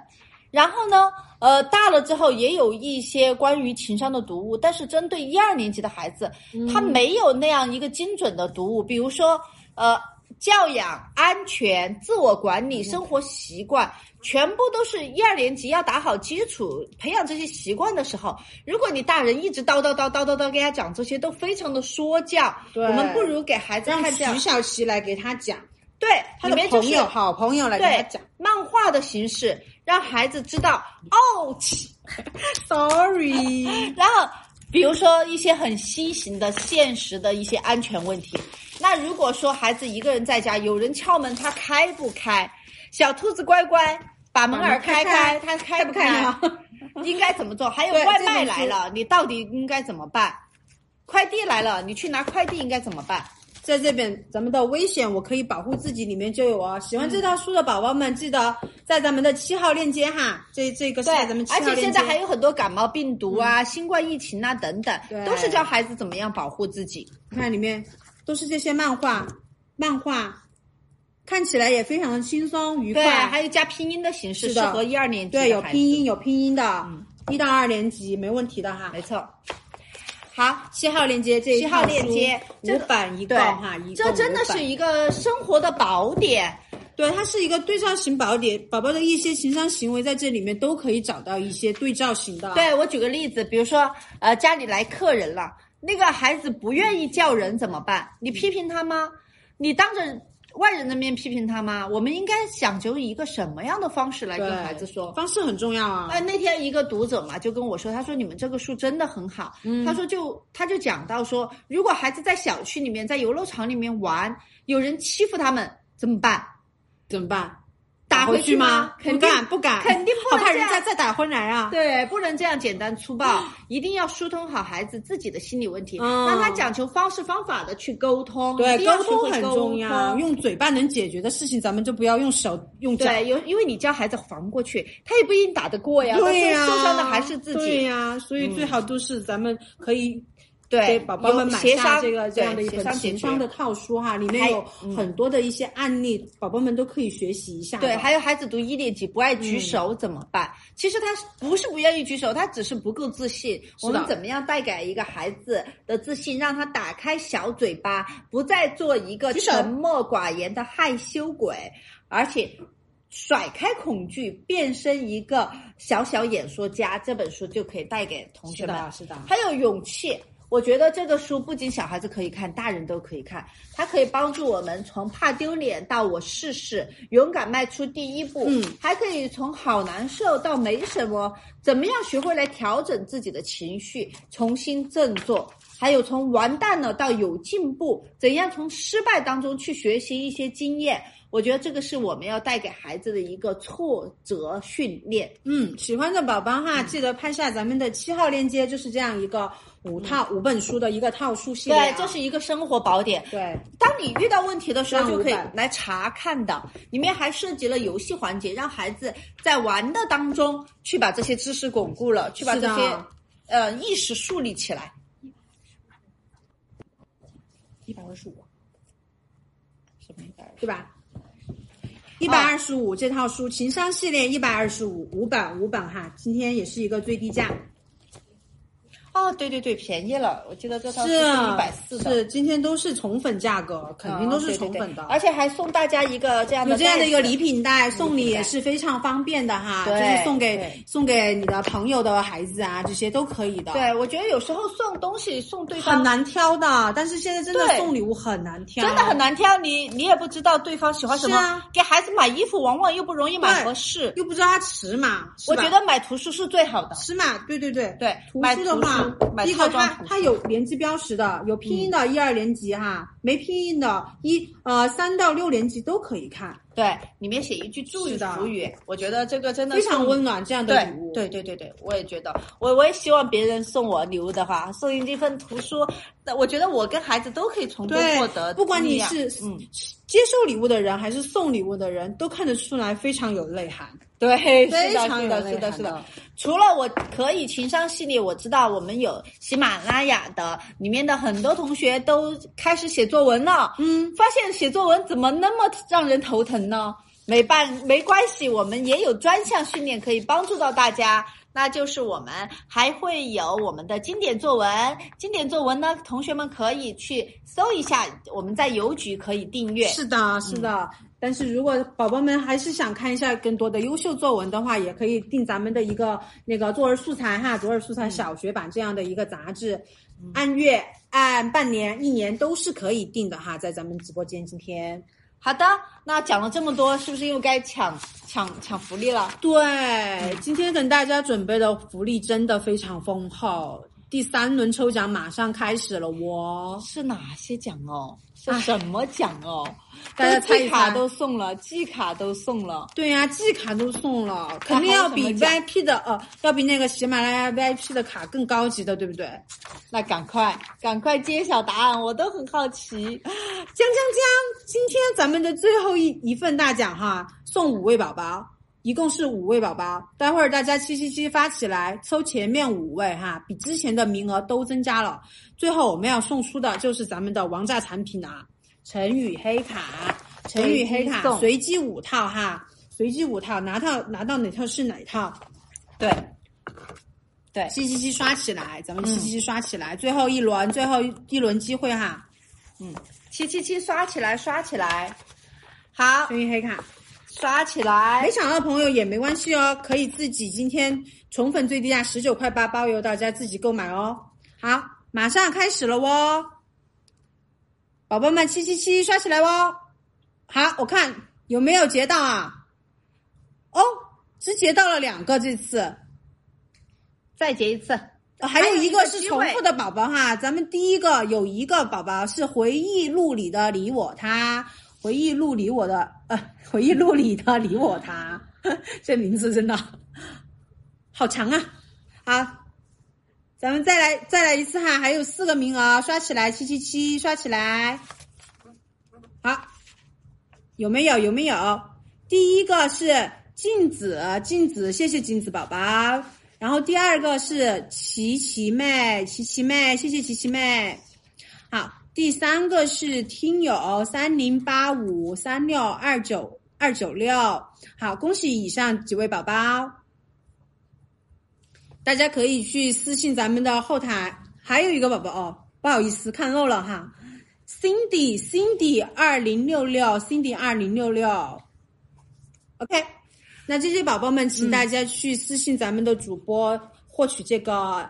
Speaker 2: 然后呢，呃，大了之后也有一些关于情商的读物，但是针对一二年级的孩子，他没有那样一个精准的读物，比如说，呃。教养、安全、自我管理、生活习惯，全部都是一二年级要打好基础，培养这些习惯的时候，如果你大人一直叨叨叨叨叨叨给他讲这些，都非常的说教。
Speaker 1: 对
Speaker 2: 我们不如给孩子
Speaker 1: 让
Speaker 2: 看这样
Speaker 1: 徐小琪来给他讲，
Speaker 2: 对，
Speaker 1: 他
Speaker 2: 里
Speaker 1: 的
Speaker 2: 面就
Speaker 1: 朋
Speaker 2: 是
Speaker 1: 友、好朋友来给他
Speaker 2: 对
Speaker 1: 讲。
Speaker 2: 漫画的形式，让孩子知道哦。其
Speaker 1: Sorry，
Speaker 2: 然后，比如说一些很新型的、现实的一些安全问题。那如果说孩子一个人在家，有人敲门，他开不开？小兔子乖乖把门
Speaker 1: 把门
Speaker 2: 儿开
Speaker 1: 开
Speaker 2: 他 开啊不
Speaker 1: 开啊呢？
Speaker 2: 应该怎么做？还有
Speaker 1: 对
Speaker 2: 外
Speaker 1: 这
Speaker 2: 卖
Speaker 1: 种
Speaker 2: 来
Speaker 1: 是
Speaker 2: 了，你到底应该怎么办？快递来了，你去拿快递应该怎么办？
Speaker 1: 在这边咱们的危险，我可以保护自己里面就有哦。喜欢这套书的宝宝们，记得在咱们的七号链接哈，这这个是
Speaker 2: 对
Speaker 1: 在咱们，七号
Speaker 2: 而
Speaker 1: 链
Speaker 2: 且
Speaker 1: 接。嗯
Speaker 2: 现在还有很多感冒病毒啊、新冠疫情啊等等，
Speaker 1: 对
Speaker 2: 都是教孩子怎么样保护自己。
Speaker 1: 你看里面都是这些漫画，漫画看起来也非常的轻松愉
Speaker 2: 对，
Speaker 1: 快，
Speaker 2: 还有加拼音的形式，
Speaker 1: 是
Speaker 2: 适
Speaker 1: 的
Speaker 2: 合一二年级的
Speaker 1: 对有
Speaker 2: 孩子
Speaker 1: 拼，音有拼音的，
Speaker 2: 嗯
Speaker 1: 一到二年级没问题的哈。
Speaker 2: 没错。
Speaker 1: 好，七号链接这一
Speaker 2: 七号链接这
Speaker 1: 五
Speaker 2: 个
Speaker 1: 版一
Speaker 2: 对
Speaker 1: 共哈，一，
Speaker 2: 这
Speaker 1: 共
Speaker 2: 真的
Speaker 1: 5版
Speaker 2: 是一个生活的宝典。
Speaker 1: 对，它是一个对照型宝典，宝宝的一些情商行为在这里面都可以找到一些对照型的。，
Speaker 2: 对我举个例子，比如说，呃，家里来客人了，那个孩子不愿意叫人怎么
Speaker 1: 嗯
Speaker 2: 办？你批评他吗？你当着外人的面批评他吗？我们应该讲究一个什么样的方式来跟孩子说？
Speaker 1: 方式很重要啊。
Speaker 2: 哎，那天一个读者嘛就跟我说，他说你们这个书真的很好。
Speaker 1: 嗯
Speaker 2: 他说就他就讲到说，如果孩子在小区里面、在游乐场里面玩，有人欺负他们怎么办？
Speaker 1: 怎么办？
Speaker 2: 打
Speaker 1: 回
Speaker 2: 回去吗
Speaker 1: 吗？？
Speaker 2: 肯
Speaker 1: 不
Speaker 2: 定
Speaker 1: 敢，不敢，
Speaker 2: 肯定不
Speaker 1: 好
Speaker 2: 能
Speaker 1: 怕
Speaker 2: 这
Speaker 1: 人
Speaker 2: 样
Speaker 1: 家再打回来啊。
Speaker 2: 对，不能这样简单粗暴，一定要疏通好孩子自己的心理问题，
Speaker 1: 嗯
Speaker 2: 让他讲求方式方法的去沟通，一定要
Speaker 1: 沟
Speaker 2: 学
Speaker 1: 通
Speaker 2: 会
Speaker 1: 很
Speaker 2: 沟
Speaker 1: 重要，
Speaker 2: 通
Speaker 1: 用嘴巴能解决的事情，咱们就不要用手用脚。
Speaker 2: 对，有因为你教孩子防不过去，他也不一定打得过呀，
Speaker 1: 对
Speaker 2: 但
Speaker 1: 呀、
Speaker 2: 是受伤的还是自
Speaker 1: 对
Speaker 2: 己。
Speaker 1: 呀、所以最好都是咱们可以
Speaker 2: 对，
Speaker 1: 给宝宝们
Speaker 2: 有
Speaker 1: 买
Speaker 2: 协
Speaker 1: 下
Speaker 2: 商
Speaker 1: 这个这样的
Speaker 2: 对
Speaker 1: 一
Speaker 2: 协
Speaker 1: 本
Speaker 2: 商解
Speaker 1: 情
Speaker 2: 决
Speaker 1: 商的套书哈，里面
Speaker 2: 还嗯
Speaker 1: 有很多的一些案例，宝宝们都可以学习一下的。
Speaker 2: 对，还有孩子读一年级不爱
Speaker 1: 嗯
Speaker 2: 举手怎么办？其实他不是不愿意举手，他只是不够自信。我们怎么样带给一个孩子的自信，让他打开小嘴巴，不再做一个
Speaker 1: 举手
Speaker 2: 沉默寡言的害羞鬼，而且。甩开恐惧，变身一个小小演说家，这本书就可以带给同学
Speaker 1: 是
Speaker 2: 们。
Speaker 1: 的，是的，
Speaker 2: 还有勇气。我觉得这个书不仅小孩子可以看，大人都可以看。它可以帮助我们从怕丢脸到我试试，勇敢迈出第一步。
Speaker 1: 嗯，
Speaker 2: 还可以从好难受到没什么，怎么样学会来调整自己的情绪，重新振作。还有从完蛋了到有进步，怎样从失败当中去学习一些经验。我觉得这个是我们要带给孩子的一个挫折训练。
Speaker 1: 嗯，喜欢的宝宝
Speaker 2: 嗯
Speaker 1: 哈，记得拍下咱们的七号链接，就是这样一个五套、五本书的一个套书系列、啊。
Speaker 2: 对，这是一个生活宝典。
Speaker 1: 对，
Speaker 2: 当你遇到问题的时候，
Speaker 1: 让
Speaker 2: 就可以
Speaker 1: 五百
Speaker 2: 来查看的。里面还涉及了游戏环节，让孩子在玩的当中去把这些知识巩固了，去把
Speaker 1: 是
Speaker 2: 这
Speaker 1: 的
Speaker 2: 些呃意识树立起来。一百二十五，什么一百二
Speaker 1: 对吧？
Speaker 2: 哦
Speaker 1: 一百二十五这套书，情商系列一百二十五，五本五本哈，今天也是一个最低价，
Speaker 2: 哦，对对对，便宜了。我记得这套
Speaker 1: 是啊
Speaker 2: 是一百四的，
Speaker 1: 是今天都是宠粉价格，肯定都
Speaker 2: 嗯对
Speaker 1: 是
Speaker 2: 对
Speaker 1: 宠
Speaker 2: 对
Speaker 1: 粉的。
Speaker 2: 而且还送大家一个这样的
Speaker 1: 有这样的一个
Speaker 2: 袋子嗯
Speaker 1: 礼品袋，送礼
Speaker 2: 礼品
Speaker 1: 也
Speaker 2: 袋
Speaker 1: 是非常方便的哈，就
Speaker 2: 对
Speaker 1: 是送给
Speaker 2: 对
Speaker 1: 送给你的朋友的孩子啊，这些都可以的。，
Speaker 2: 对，我觉得有时候送东西送对方
Speaker 1: 很难挑的，但是现在真的
Speaker 2: 对
Speaker 1: 送礼物很难挑，
Speaker 2: 真的很难挑，你你也不知道对方喜欢什么。
Speaker 1: 是啊
Speaker 2: 给孩子买衣服，往往又不容易买合适。
Speaker 1: 又不知道它尺码。是
Speaker 2: 我
Speaker 1: 吧
Speaker 2: 觉得买图书是最好的。
Speaker 1: 尺码，对对对
Speaker 2: 对
Speaker 1: 图
Speaker 2: 买
Speaker 1: 书的
Speaker 2: 图
Speaker 1: 话
Speaker 2: 书，买
Speaker 1: 第一
Speaker 2: 套
Speaker 1: 个
Speaker 2: 装嗯
Speaker 1: 它
Speaker 2: 图书
Speaker 1: 它有年级标识的，有拼音的一二年级哈，没拼音的一呃三到六年级都可以看，
Speaker 2: 对，里面写一句祝
Speaker 1: 是
Speaker 2: 语
Speaker 1: 的
Speaker 2: 福语，我觉得这个真的
Speaker 1: 非常
Speaker 2: 送
Speaker 1: 温暖这样的
Speaker 2: 对
Speaker 1: 礼物。
Speaker 2: 对对对对，我也觉得，我我也希望别人送我礼物的话，送一份图书，那我觉得我跟孩子都可以从中获得
Speaker 1: 对，不管
Speaker 2: 力
Speaker 1: 你
Speaker 2: 量
Speaker 1: 是
Speaker 2: 嗯，
Speaker 1: 接受礼物的人还是送礼物的人，都看得出来非常有内涵。
Speaker 2: 对，是
Speaker 1: 非
Speaker 2: 的，
Speaker 1: 常
Speaker 2: 是
Speaker 1: 有
Speaker 2: 的，
Speaker 1: 内
Speaker 2: 是的，
Speaker 1: 涵
Speaker 2: 是的
Speaker 1: 的。
Speaker 2: 除了我可以情商系列，我知道我们有喜马拉雅的，里面的很多同学都开始写作文了。
Speaker 1: 嗯，
Speaker 2: 发现写作文怎么那么让人头疼呢？没办没关系，我们也有专项训练可以帮助到大家。那就是我们还会有我们的经典作文，经典作文呢，同学们可以去搜一下，我们在邮局可以订阅。
Speaker 1: 是的，是的。
Speaker 2: 嗯
Speaker 1: 但是如果宝宝们还是想看一下更多的优秀作文的话，也可以订咱们的一个那个作文素材哈，作文素
Speaker 2: 嗯
Speaker 1: 材小学版这样的一个杂志，按月、按半年、一年都是可以订的哈，在咱们直播间今天。
Speaker 2: 好的，那讲了这么多，是不是又该抢抢抢福利了？嗯
Speaker 1: 对，今天给大家准备的福利真的非常丰厚，第三轮抽奖马上开始了哦。
Speaker 2: 是哪些奖哦？是什么奖哦？
Speaker 1: 大家
Speaker 2: 都
Speaker 1: 猜一
Speaker 2: 季卡
Speaker 1: 猜
Speaker 2: 都送了，季卡都送了。
Speaker 1: 对呀、季卡都送了，肯定要比
Speaker 2: 还有什啊
Speaker 1: VIP 的呃，要比那个喜马拉雅 VIP 的卡更高级的，对不对？
Speaker 2: 那赶快赶快揭晓答案，我都很好奇。
Speaker 1: 江江江，今天咱们的最后一一份大奖哈，送五位宝宝，一共是五位宝宝。待会儿大家七七七发起来，抽前面五位哈，比之前的名额都增加了。最后我们要送出的就是咱们的王炸产品啊，成语黑卡，成语黑
Speaker 2: 随机
Speaker 1: 卡
Speaker 2: 送
Speaker 1: 随机五套哈，随机五套，拿到拿到哪套是哪套。
Speaker 2: 对，对，
Speaker 1: 七七七刷起来，咱们七七七刷起来，最后一轮，最后一轮机会哈，
Speaker 2: 七七七刷起来，刷起来，好，
Speaker 1: 成语黑卡。
Speaker 2: 刷起来
Speaker 1: 没。抢到朋友也没关系哦，可以自己今天宠粉最低价十九块八包邮到家自己购买哦。好，马上开始了哦，宝宝们七七七刷起来哦！好，我看有没有截到啊？哦，只截到了两个，这次、
Speaker 2: 再截一次。
Speaker 1: 哦还有
Speaker 2: 还有
Speaker 1: 一
Speaker 2: 一
Speaker 1: 个
Speaker 2: 个
Speaker 1: 是
Speaker 2: 机
Speaker 1: 重
Speaker 2: 会
Speaker 1: 复的宝宝哈。咱们第一个有一个宝宝是回忆录里的理我他，回忆录里我的呃，回忆录里的理我他， 这名字真的好长啊！好，咱们再来再来一次哈，还有四个名额，刷起来，七七七，刷起来。好，有没有？有没有？第一个是静子，静子，谢谢静子宝宝。然后第二个是琪琪妹，琪琪妹，谢谢琪琪妹。好，第三个是听友三零八五三六二九二九六。好，恭喜以上几位宝宝。大家可以去私信咱们的后台。还有一个宝宝哦，不好意思看漏了哈，Cindy Cindy 二零六六 Cindy 二零六六，OK，那这些宝宝们，请大家去私信咱们的主播获取这个